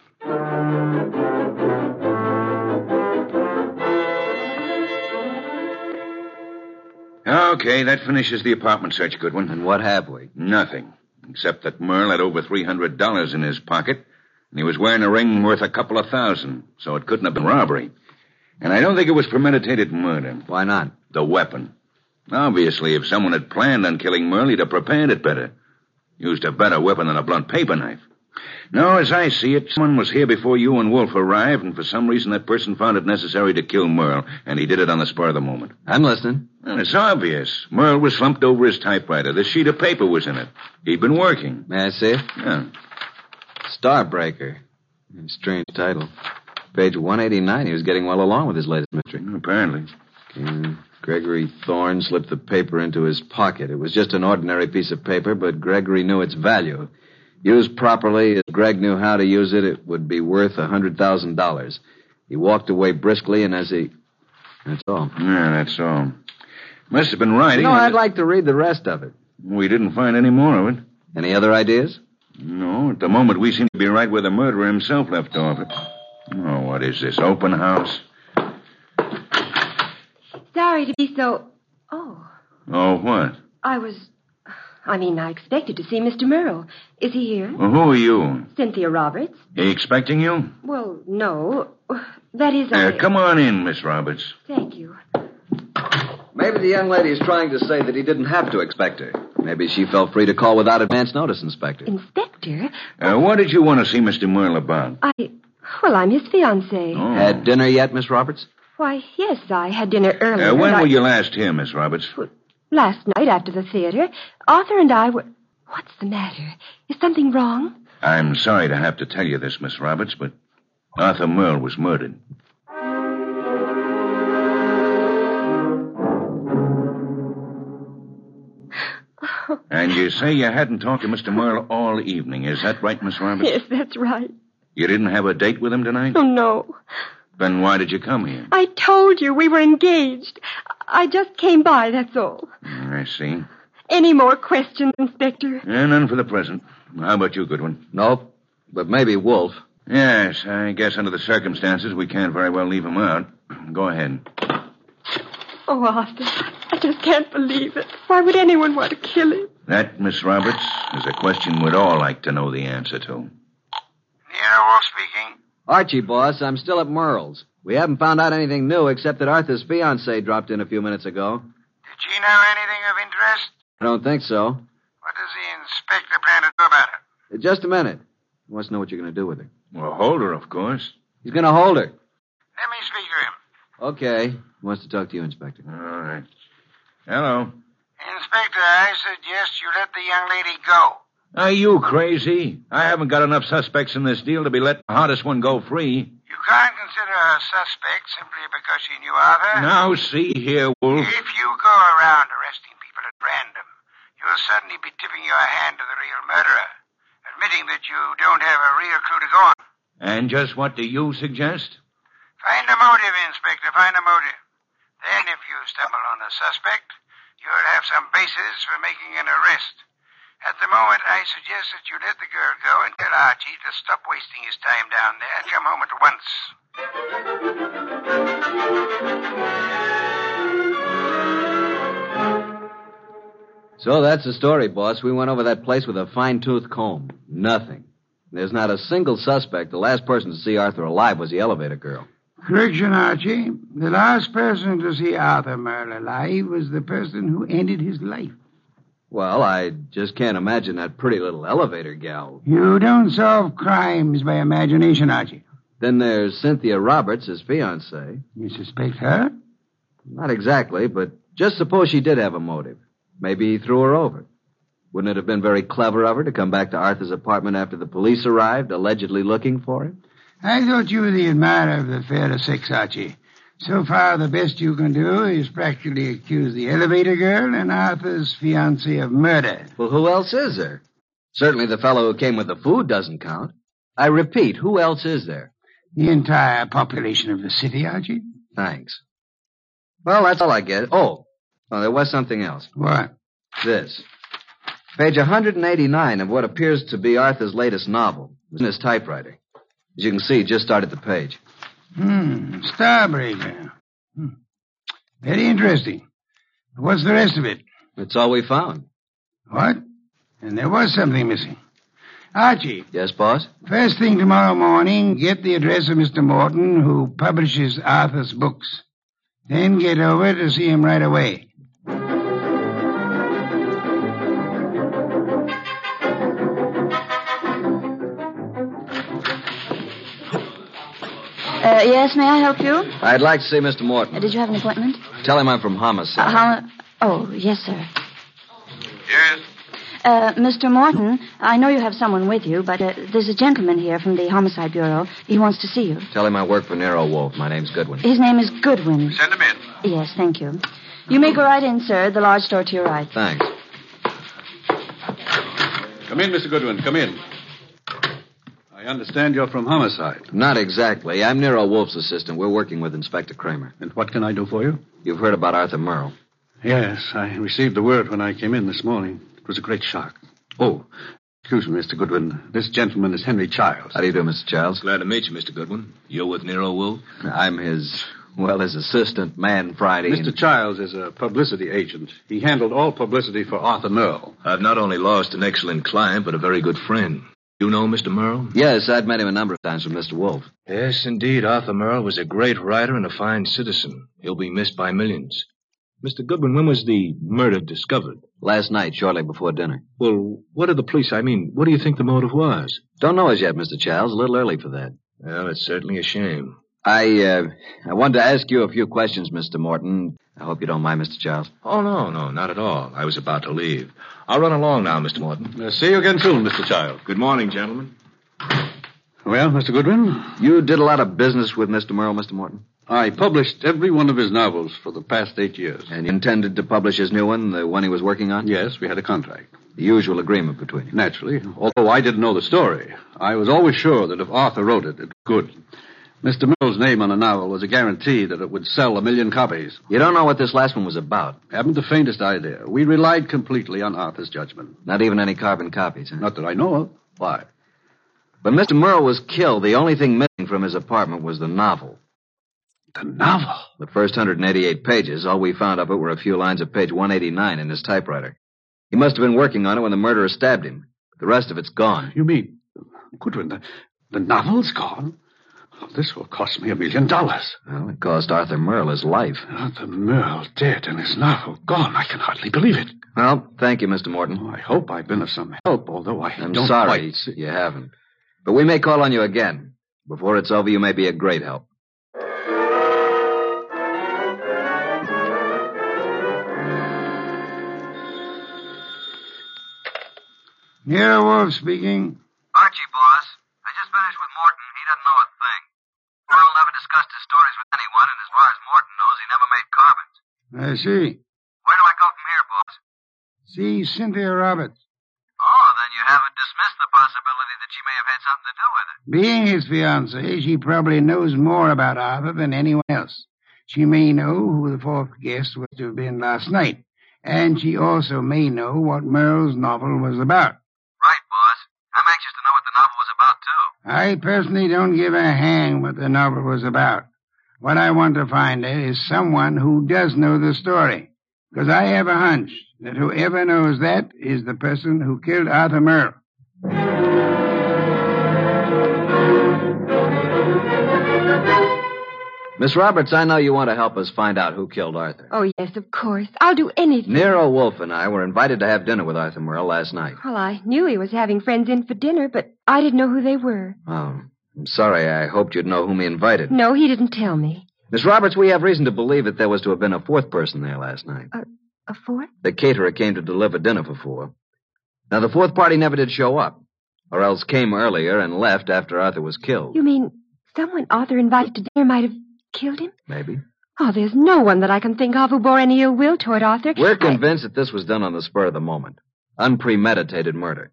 Speaker 7: Okay, that finishes the apartment search, Goodwin.
Speaker 4: And what have we?
Speaker 7: Nothing, except that Merle had over $300 in his pocket, and he was wearing a ring worth a couple of thousand, so it couldn't have been robbery. And I don't think it was premeditated murder,
Speaker 4: Why not?
Speaker 7: the weapon. Obviously, if someone had planned on killing Merle, he'd have prepared it better. Used a better weapon than a blunt paper knife. No, as I see it, someone was here before you and Wolf arrived, and for some reason that person found it necessary to kill Merle, and he did it on the spur of the moment.
Speaker 4: I'm listening.
Speaker 7: Well, it's obvious. Merle was slumped over his typewriter. The sheet of paper was in it. He'd been working.
Speaker 4: May I see it?
Speaker 7: Yeah.
Speaker 4: Starbreaker. Strange title. Page 189, he was getting well along with his latest mystery.
Speaker 7: Apparently.
Speaker 4: Mm, Gregory Thorne slipped the paper into his pocket. It was just an ordinary piece of paper, but Gregory knew its value. Used properly, if Greg knew how to use it, it would be worth a $100,000. He walked away briskly, and as he. That's all.
Speaker 7: Yeah, that's all. Must have been writing.
Speaker 4: No,
Speaker 7: on
Speaker 4: I'd
Speaker 7: it.
Speaker 4: like to read the rest of it.
Speaker 7: We didn't find any more of it.
Speaker 4: Any other ideas?
Speaker 7: No, at the moment we seem to be right where the murderer himself left off. Oh, what is this? Open house?
Speaker 12: Sorry to be so. Oh,
Speaker 7: Oh, what?
Speaker 12: I was. I mean, I expected to see Mr. Merle. Is he here?
Speaker 7: Well, who are you?
Speaker 12: Cynthia Roberts?
Speaker 7: He expecting you?
Speaker 12: Well, no. That is.
Speaker 7: There,
Speaker 12: I...
Speaker 7: Uh, come on in, Miss Roberts.
Speaker 12: Thank you.
Speaker 4: Maybe the young lady is trying to say that he didn't have to expect her. Maybe she felt free to call without advance notice, Inspector.
Speaker 12: Inspector,
Speaker 7: Uh, what did you want to see Mr. Merle about?
Speaker 12: I. Well, I'm his fiancée.
Speaker 7: Oh.
Speaker 4: Had dinner yet, Miss Roberts?
Speaker 12: Why, yes, I had dinner earlier.
Speaker 7: Uh, when
Speaker 12: and I-
Speaker 7: were you last here, Miss Roberts?
Speaker 12: Last night after the theater, Arthur and I were. What's the matter? Is something wrong?
Speaker 7: I'm sorry to have to tell you this, Miss Roberts, but Arthur Merle was murdered. And you say you hadn't talked to Mr. Merle all evening. Is that right, Miss Roberts?
Speaker 12: Yes, that's right.
Speaker 7: You didn't have a date with him tonight?
Speaker 12: Oh, no.
Speaker 7: Then why did you come here?
Speaker 12: I told you we were engaged. I just came by, that's all.
Speaker 7: I see.
Speaker 12: Any more questions, Inspector?
Speaker 7: Yeah, none for the present. How about you, Goodwin?
Speaker 4: Nope. But maybe Wolf.
Speaker 7: Yes, I guess under the circumstances, we can't very well leave him out. Go ahead.
Speaker 12: Oh, Arthur, I just can't believe it. Why would anyone want to kill him?
Speaker 7: That, Miss Roberts, is a question we'd all like to know the answer to.
Speaker 5: Yeah, Wolf speaking.
Speaker 4: Archie, boss, I'm still at Merle's. We haven't found out anything new except that Arthur's fiancee dropped in a few minutes ago.
Speaker 5: Did she know anything of interest?
Speaker 4: I don't think so.
Speaker 5: What does the inspector plan to do about it?
Speaker 4: Uh, Just a minute. He wants to know what you're going to do with her.
Speaker 7: Well, hold her, of course.
Speaker 4: He's going to hold her.
Speaker 5: Let me speak to him.
Speaker 4: Okay. He wants to talk to you, Inspector.
Speaker 7: All right. Hello.
Speaker 5: Inspector, I suggest you let the young lady go.
Speaker 7: Are you crazy? I haven't got enough suspects in this deal to be letting the hottest one go free.
Speaker 5: You can't consider her a suspect simply because she knew Arthur.
Speaker 7: Now, see here, Wolf.
Speaker 5: Ah. If you go around arresting people at random, you'll certainly be tipping your hand to the real murderer, admitting that you don't have a real clue to go on.
Speaker 7: And just what do you suggest?
Speaker 5: Find a motive, Inspector. Find a motive. Then, if you stumble on a suspect, you'll have some basis for making an arrest. At the moment, I suggest that you let the girl go and tell Archie to stop wasting his time down there and come home at once.
Speaker 4: So that's the story, boss. We went over that place with a fine tooth comb. Nothing. There's not a single suspect. The last person to see Arthur alive was the elevator girl.
Speaker 5: Correction, Archie. The last person to see Arthur Merle alive was the person who ended his life.
Speaker 4: Well, I just can't imagine that pretty little elevator gal.
Speaker 5: You don't solve crimes by imagination, Archie.
Speaker 4: Then there's Cynthia Roberts, his fiancée.
Speaker 5: You suspect her?
Speaker 4: Not exactly, but just suppose she did have a motive. Maybe he threw her over. Wouldn't it have been very clever of her to come back to Arthur's apartment after the police arrived, allegedly looking for him?
Speaker 5: I thought you were the admirer of the fairer sex, Archie. So far, the best you can do is practically accuse the elevator girl and Arthur's fiancée of murder.
Speaker 4: Well, who else is there? Certainly the fellow who came with the food doesn't count. I repeat, who else is there?
Speaker 5: The entire population of the city, Archie.
Speaker 4: Thanks. Well, that's all I get. Oh, oh there was something else.
Speaker 5: What?
Speaker 4: This. Page 189 of what appears to be Arthur's latest novel was in his typewriter. As you can see, he just started the page.
Speaker 5: Hmm, Starbreaker. Hmm. Very interesting. What's the rest of it?
Speaker 4: That's all we found.
Speaker 5: What? And there was something missing. Archie,
Speaker 4: Yes, boss?
Speaker 5: first thing tomorrow morning, get the address of Mr. Morton, who publishes Arthur's books. Then get over to see him right away.
Speaker 13: Uh, yes, may I help you?
Speaker 4: I'd like to see Mr. Morton.
Speaker 13: Uh, did you have an appointment?
Speaker 4: Tell him I'm from homicide.
Speaker 13: Uh, how? Oh, yes, sir.
Speaker 14: Yes?
Speaker 13: Uh, Mr. Morton, I know you have someone with you, but uh, there's a gentleman here from the Homicide Bureau. He wants to see you.
Speaker 5: Uh-huh.
Speaker 4: Tell him I work for Nero Wolf. My name's Goodwin.
Speaker 13: His name is Goodwin. Send
Speaker 14: him in.
Speaker 13: Yes, thank you. You may go right in, sir. The large door to your right.
Speaker 4: Thanks.
Speaker 15: Come in, Mr. Goodwin. Come in. I understand you're from homicide.
Speaker 4: Not exactly. I'm Nero Wolf's assistant. We're working with Inspector Kramer.
Speaker 15: And what can I do for you?
Speaker 4: You've heard about Arthur Merle.
Speaker 15: Yes, I received the word when I came in this morning. It was a great shock. Oh, excuse me, Mr. Goodwin. This gentleman is Henry Childs.
Speaker 4: How do you do, Mr. Childs?
Speaker 11: Glad to meet you, Mr. Goodwin. You're with Nero Wolf?
Speaker 4: I'm his, well, his assistant, Man Friday.
Speaker 15: Mr.
Speaker 4: and-
Speaker 15: Childs is a publicity agent. He handled all publicity for Arthur Merle.
Speaker 11: I've not only lost an excellent client, but a very good friend. You know Mr. Merle?
Speaker 4: Yes, I'd met him a number of times with Mr. Wolf.
Speaker 11: Yes, indeed. Arthur Merle was a great writer and a fine citizen. He'll be missed by millions. Mr. Goodwin, when was the murder discovered?
Speaker 4: Last night, shortly before dinner.
Speaker 11: Well, what do the police, I mean, what do you think the motive was?
Speaker 4: Don't know as yet, Mr. Childs. A little early for that.
Speaker 11: Well, it's certainly a shame.
Speaker 4: I, uh, I wanted to ask you a few questions, Mr. Morton. I hope you don't mind, Mr. Childs.
Speaker 11: Oh, no, no, not at all. I was about to leave. I'll run along now, Mr. Morton.
Speaker 15: Uh, see you again soon, Mr. Childs.
Speaker 11: Good morning, gentlemen.
Speaker 15: Well, Mr. Goodwin?
Speaker 4: You did a lot of business with Mr. Merle, Mr. Morton.
Speaker 15: I published every one of his novels for the past eight years.
Speaker 4: And you intended to publish his new one, the one he was working on?
Speaker 15: Yes, we had a contract.
Speaker 4: The usual agreement between you.
Speaker 15: Naturally, although I didn't know the story, I was always sure that if Arthur wrote it, it was good. Mr. Merle's name on a novel was a guarantee that it would sell a million copies.
Speaker 4: You don't know what this last one was about.
Speaker 15: Haven't the faintest idea. We relied completely on Arthur's judgment.
Speaker 4: Not even any carbon copies. Huh?
Speaker 15: Not that I know of. Why?
Speaker 4: When Mr. Merle was killed, the only thing missing from his apartment was the novel.
Speaker 15: The novel.
Speaker 4: The first 188 pages, all we found of it were a few lines of page 189 in his typewriter. He must have been working on it when the murderer stabbed him. The rest of it's gone.
Speaker 15: You mean, Goodwin, the, the novel's gone? Oh, this will cost me a million dollars.
Speaker 4: Well, it cost Arthur Merle his life.
Speaker 15: Arthur Merle dead and his novel gone. I can hardly believe it.
Speaker 4: Well, thank you, Mr. Morton.
Speaker 15: Oh, I hope I've been of some help, although I
Speaker 4: I'm
Speaker 15: don't
Speaker 4: sorry
Speaker 15: quite see-
Speaker 4: you haven't. But we may call on you again. Before it's over, you may be a great help.
Speaker 5: Nero Wolf speaking.
Speaker 16: Archie, boss. I just finished with Morton. He doesn't know a thing. Merle never discussed his stories with anyone, and as far as Morton knows, he never made carbons.
Speaker 5: I see.
Speaker 16: Where do I go from here, boss?
Speaker 5: See Cynthia Roberts.
Speaker 16: Oh, then you haven't dismissed the possibility that she may have had something to do with it.
Speaker 5: Being his fiancée, she probably knows more about Arthur than anyone else. She may know who the fourth guest was to have been last night, and she also may know what Merle's novel was about.
Speaker 16: Right, boss. I'm anxious to know what the novel was about, too.
Speaker 5: I personally don't give a hang what the novel was about. What I want to find out is someone who does know the story. Because I have a hunch that whoever knows that is the person who killed Arthur Merle.
Speaker 4: Miss Roberts, I know you want to help us find out who killed Arthur.
Speaker 12: Oh, yes, of course. I'll do anything.
Speaker 4: Nero Wolf and I were invited to have dinner with Arthur Merle last night.
Speaker 12: Well, I knew he was having friends in for dinner, but I didn't know who they were.
Speaker 4: Oh, I'm sorry. I hoped you'd know whom he invited.
Speaker 12: No, he didn't tell me.
Speaker 4: Miss Roberts, we have reason to believe that there was to have been a fourth person there last night.
Speaker 12: A fourth?
Speaker 4: The caterer came to deliver dinner for four. Now, the fourth party never did show up, or else came earlier and left after Arthur was killed.
Speaker 12: You mean someone Arthur invited to dinner might have killed him?
Speaker 4: Maybe.
Speaker 12: Oh, there's no one that I can think of who bore any ill will toward Arthur.
Speaker 4: We're
Speaker 12: I-
Speaker 4: convinced that this was done on the spur of the moment. Unpremeditated murder.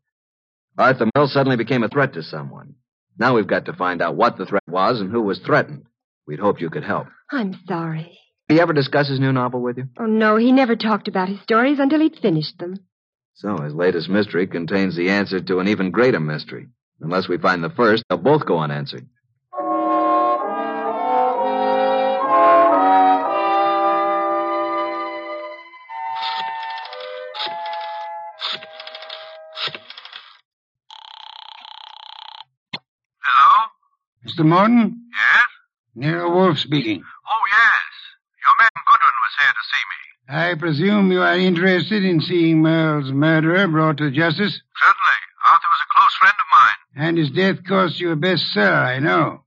Speaker 4: Arthur Merle suddenly became a threat to someone. Now we've got to find out what the threat was and who was threatened. We'd hoped you could help.
Speaker 12: I'm sorry.
Speaker 4: Did he ever discuss his new novel with you?
Speaker 12: Oh, no, he never talked about his stories until he'd finished them.
Speaker 4: So his latest mystery contains the answer to an even greater mystery. Unless we find the first, they'll both go unanswered.
Speaker 16: Hello?
Speaker 5: Mr. Morton?
Speaker 16: Yes?
Speaker 5: Nero Wolf speaking.
Speaker 16: Oh, yes. Your man Goodwin was here to see me.
Speaker 5: I presume you are interested in seeing Merle's murderer brought to justice,
Speaker 16: Certainly. Arthur was a close friend of mine.
Speaker 5: and his death cost you a bestseller, I know.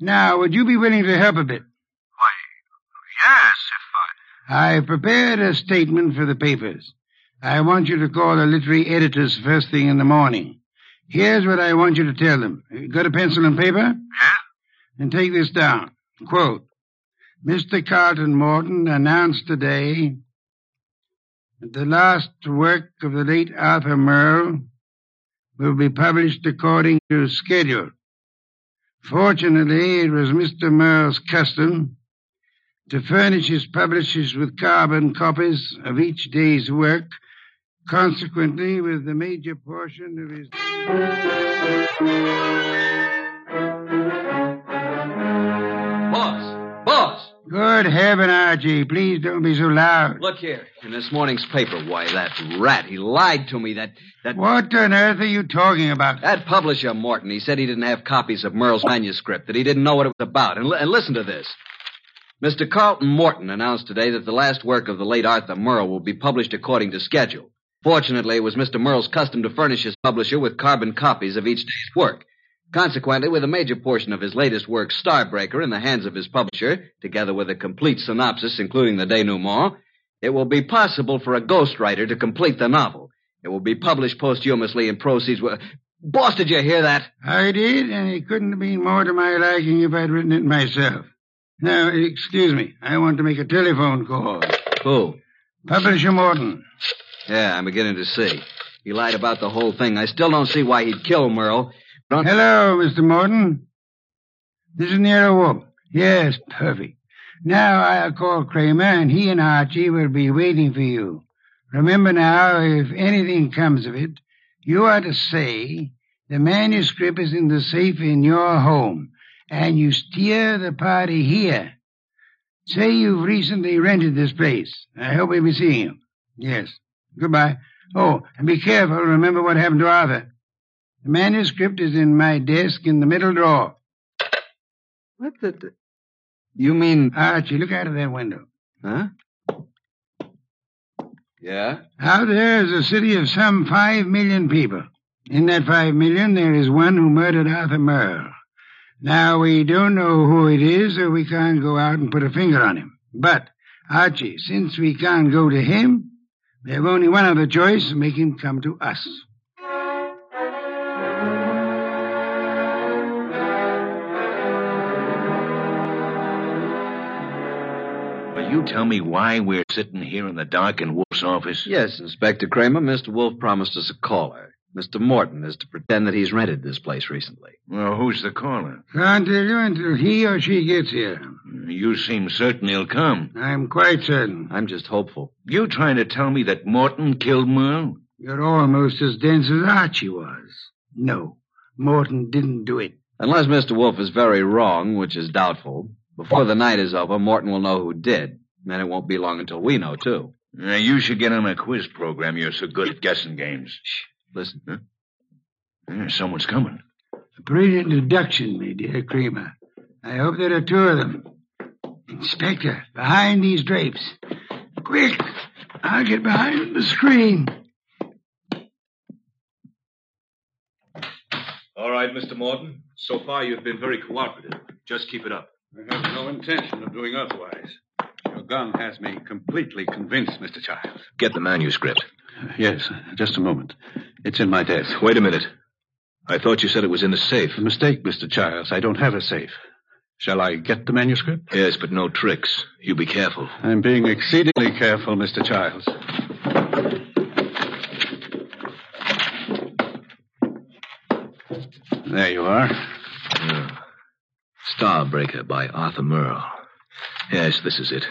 Speaker 5: Now, would you be willing to help a bit?
Speaker 17: Yes,
Speaker 5: I prepared a statement for the papers. I want you to call the literary editors first thing in the morning. Here's what I want you to tell them. Got a pencil and paper? Yeah. And take this down. Quote, Mr. Carlton Morton announced today that the last work of the late Arthur Merle will be published according to schedule. Fortunately, it was Mr. Merle's custom to furnish his publishers with carbon copies of each day's work, consequently, with the major portion of his.
Speaker 4: Boss! Boss!
Speaker 5: Good heaven, Archie, please don't be so loud.
Speaker 4: Look here. In this morning's paper, why, that rat, he lied to me. That, that.
Speaker 5: What on earth are you talking about?
Speaker 4: That publisher, Morton, he said he didn't have copies of Merle's manuscript, that he didn't know what it was about. And, li- and listen to this. Mr. Carlton Morton announced today that the last work of the late Arthur Merle will be published according to schedule. Fortunately, it was Mr. Merle's custom to furnish his publisher with carbon copies of each day's work. Consequently, with a major portion of his latest work, Starbreaker, in the hands of his publisher, together with a complete synopsis, including the denouement, it will be possible for a ghostwriter to complete the novel. It will be published posthumously and proceeds will. Boss, did you hear that?
Speaker 5: I did, and it couldn't have been more to my liking if I'd written it myself. Now, excuse me, I want to make a telephone call.
Speaker 4: Who?
Speaker 5: Publisher Morton.
Speaker 4: Yeah, I'm beginning to see. He lied about the whole thing. I still don't see why he'd kill Merle. Don't...
Speaker 5: Hello, Mr. Morton. This is Nero Wolf. Yes, perfect. Now I'll call Kramer, and he and Archie will be waiting for you. Remember now, if anything comes of it, you are to say the manuscript is in the safe in your home, and you steer the party here. Say you've recently rented this place. I hope we'll be seeing you. Yes. Goodbye. Oh, and be careful. Remember what happened to Arthur. The manuscript is in my desk in the middle drawer.
Speaker 4: What the? You mean.
Speaker 5: Archie, look out of that window.
Speaker 4: Huh? Yeah?
Speaker 5: Out there is a city of some five million people. In that five million, there is one who murdered Arthur Merle. Now, we don't know who it is, so we can't go out and put a finger on him. But, Archie, since we can't go to him, we have only one other choice make him come to us.
Speaker 7: Will you tell me why we're sitting here in the dark in Wolf's office?
Speaker 4: Yes, Inspector Kramer, Mr. Wolf promised us a caller. Mr. Morton is to pretend that he's rented this place recently.
Speaker 7: Well, who's the caller?
Speaker 5: Can't tell you until he or she gets here.
Speaker 7: You seem certain he'll come.
Speaker 5: I'm quite certain.
Speaker 4: I'm just hopeful.
Speaker 7: You trying to tell me that Morton killed Merle?
Speaker 5: You're almost as dense as Archie was. No, Morton didn't do it.
Speaker 4: Unless Mr. Wolf is very wrong, which is doubtful, before the night is over, Morton will know who did. And it won't be long until we know, too.
Speaker 7: Uh, you should get on a quiz program. You're so good at guessing games.
Speaker 4: Listen.
Speaker 7: Yeah, someone's coming.
Speaker 5: Brilliant deduction, my dear Creamer. I hope there are two of them. Inspector, behind these drapes. Quick! I'll get behind the screen.
Speaker 18: All right, Mr. Morton. So far, you've been very cooperative. Just keep it up.
Speaker 19: I have no intention of doing otherwise. Your gun has me completely convinced, Mr. Child.
Speaker 11: Get the manuscript.
Speaker 19: Yes, just a moment. It's in my desk.
Speaker 11: Wait a minute. I thought you said it was in the safe.
Speaker 19: A mistake, Mr. Childs. I don't have a safe. Shall I get the manuscript?
Speaker 11: Yes, but no tricks. You be careful.
Speaker 19: I'm being exceedingly careful, Mr. Childs. There you are.
Speaker 11: Yeah. Hmm. Starbreaker by Arthur Merle. Yes, this is it.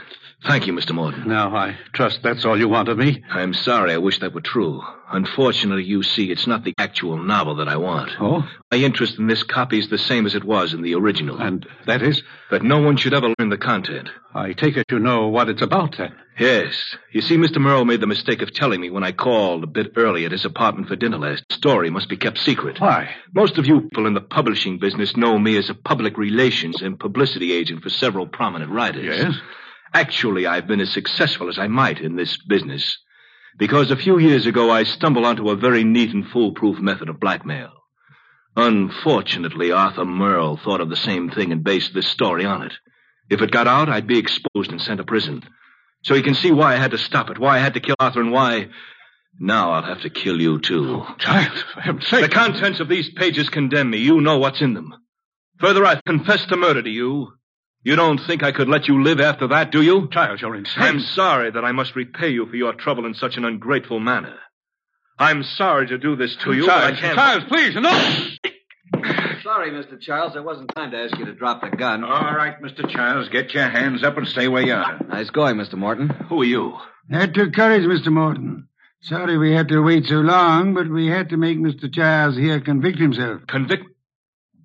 Speaker 11: Thank you, Mr. Morton.
Speaker 19: Now, I trust that's all you want of me.
Speaker 11: I'm sorry. I wish that were true. Unfortunately, you see, it's not the actual novel that I want.
Speaker 19: Oh?
Speaker 11: My interest in this copy is the same as it was in the original.
Speaker 19: And that is?
Speaker 11: That no one should ever learn the content.
Speaker 19: I take it you know what it's about, then.
Speaker 11: Yes. You see, Mr. Merle made the mistake of telling me when I called a bit early at his apartment for dinner last. Story must be kept secret.
Speaker 19: Why?
Speaker 11: Most of you people in the publishing business know me as a public relations and publicity agent for several prominent writers.
Speaker 19: Yes?
Speaker 11: Actually, I've been as successful as I might in this business. Because a few years ago, I stumbled onto a very neat and foolproof method of blackmail. Unfortunately, Arthur Merle thought of the same thing and based this story on it. If it got out, I'd be exposed and sent to prison. So you can see why I had to stop it, why I had to kill Arthur, and why. Now I'll have to kill you, too.
Speaker 20: Oh, child,
Speaker 11: for heaven's sake. The contents of these pages condemn me. You know what's in them. Further, I've confessed to murder to you. You don't think I could let you live after that, do you?
Speaker 20: Child, you're insane.
Speaker 11: I'm sorry that I must repay you for your trouble in such an ungrateful manner. I'm sorry to do this to you,
Speaker 20: Child,
Speaker 11: but I can't.
Speaker 20: Child, please, enough!
Speaker 16: Sorry, Mr. Charles. There wasn't time to ask you to drop the gun.
Speaker 7: All right, Mr. Charles, get your hands up and stay where you are.
Speaker 16: Nice going, Mr. Morton.
Speaker 11: Who are you?
Speaker 5: That took courage, Mr. Morton. Sorry we had to wait so long, but we had to make Mr. Charles here convict himself.
Speaker 11: Convict?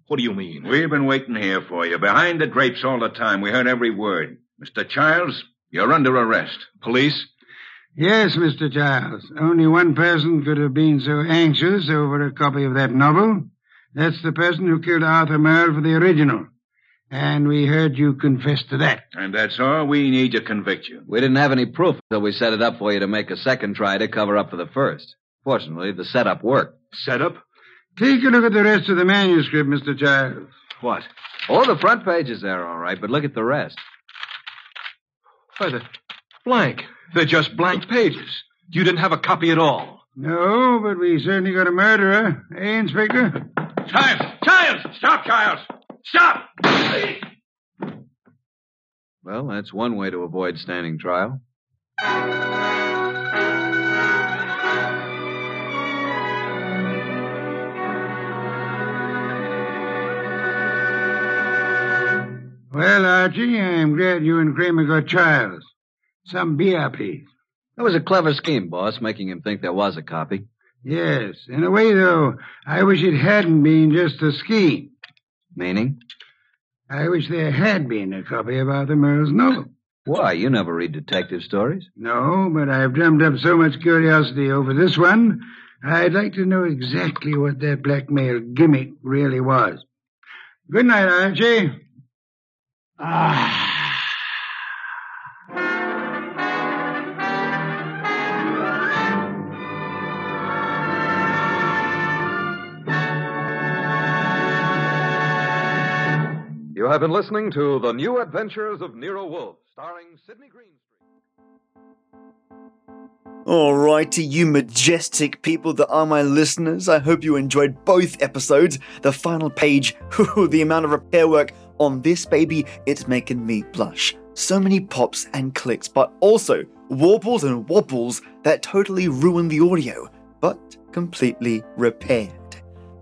Speaker 11: What do you mean?
Speaker 7: We've been waiting here for you, behind the drapes all the time. We heard every word. Mr. Charles, you're under arrest.
Speaker 11: Police?
Speaker 5: Yes, Mr. Charles. Only one person could have been so anxious over a copy of that novel. That's the person who killed Arthur Merle for the original. And we heard you confess to that.
Speaker 7: And that's all we need to convict you.
Speaker 16: We didn't have any proof until we set it up for you to make a second try to cover up for the first. Fortunately, the setup worked.
Speaker 11: Setup?
Speaker 5: Take a look at the rest of the manuscript, Mr. Charles.
Speaker 16: What? Oh, the front page is there, all right, but look at the rest.
Speaker 11: Why, they're blank. They're just blank pages. You didn't have a copy at all.
Speaker 5: No, but we certainly got a murderer. Eh, Inspector?
Speaker 7: Child! Child! Stop, Charles! Stop!
Speaker 16: Well, that's one way to avoid standing trial.
Speaker 5: Well, Archie, I'm glad you and Kramer got Charles. Some beer, please.
Speaker 16: That was a clever scheme, boss, making him think there was a copy.
Speaker 5: Yes. In a way, though, I wish it hadn't been just a scheme.
Speaker 16: Meaning?
Speaker 5: I wish there had been a copy of Arthur Merle's novel.
Speaker 16: Why? You never read detective stories.
Speaker 5: No, but I've drummed up so much curiosity over this one, I'd like to know exactly what that blackmail gimmick really was. Good night, Archie. Ah.
Speaker 3: You have been listening to The New Adventures of Nero Wolf, starring Sidney Green.
Speaker 2: All right, to you majestic people that are my listeners, I hope you enjoyed both episodes. The final page, the amount of repair work on this baby, it's making me blush. So many pops and clicks, but also warbles and wobbles that totally ruin the audio, but completely repaired.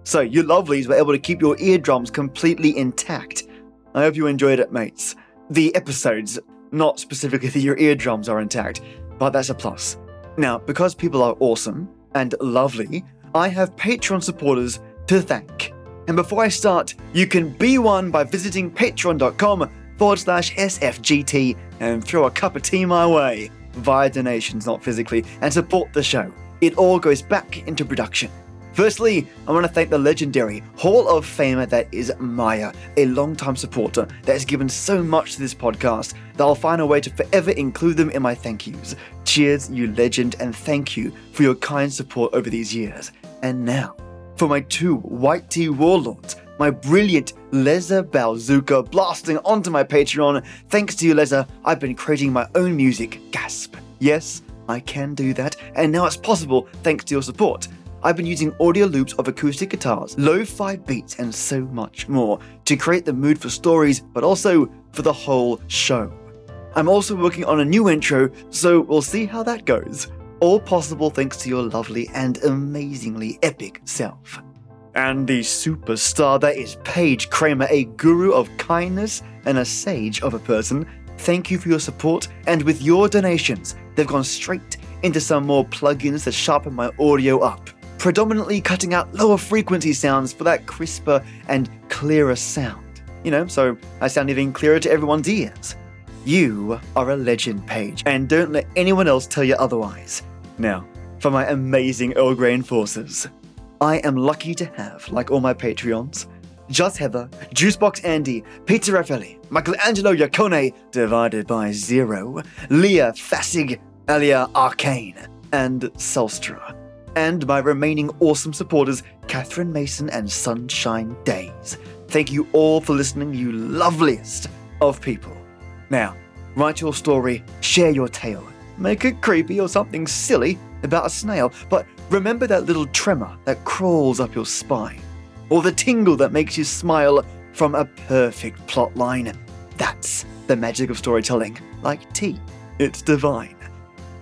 Speaker 2: So, you lovelies were able to keep your eardrums completely intact. I hope you enjoyed it, mates. The episodes, not specifically that your eardrums are intact, but that's a plus. Now, because people are awesome and lovely, I have Patreon supporters to thank. And before I start, you can be one by visiting patreon.com forward slash SFGT and throw a cup of tea my way via donations, not physically, and support the show. It all goes back into production. Firstly, I want to thank the legendary Hall of Famer that is Maya, a longtime supporter that has given so much to this podcast that I'll find a way to forever include them in my thank yous. Cheers, you legend, and thank you for your kind support over these years. And now, for my two white tea warlords, my brilliant Leza Balzuka blasting onto my Patreon. Thanks to you, Leza, I've been creating my own music. Gasp. Yes, I can do that, and now it's possible thanks to your support. I've been using audio loops of acoustic guitars, lo fi beats, and so much more to create the mood for stories, but also for the whole show. I'm also working on a new intro, so we'll see how that goes. All possible thanks to your lovely and amazingly epic self. And the superstar that is Paige Kramer, a guru of kindness and a sage of a person. Thank you for your support, and with your donations, they've gone straight into some more plugins that sharpen my audio up, predominantly cutting out lower frequency sounds for that crisper and clearer sound. You know, so I sound even clearer to everyone's ears. You are a legend, Paige, and don't let anyone else tell you otherwise. Now, for my amazing Earl Grey enforcers. I am lucky to have, like all my Patreons, Just Heather, Juicebox Andy, Peter Raffelli, Michelangelo Yacone, divided by zero, Leah Fassig, Alia Arcane, and Solstra. and my remaining awesome supporters, Catherine Mason and Sunshine Days. Thank you all for listening, you loveliest of people. Now, write your story, share your tale, make it creepy or something silly about a snail, but remember that little tremor that crawls up your spine, or the tingle that makes you smile from a perfect plot line. That's the magic of storytelling, like tea. It's divine.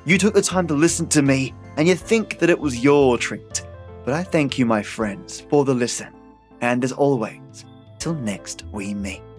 Speaker 2: You took the time to listen to me, and you think that it was your treat. But I thank you, my friends, for the listen. And as always, till next we meet.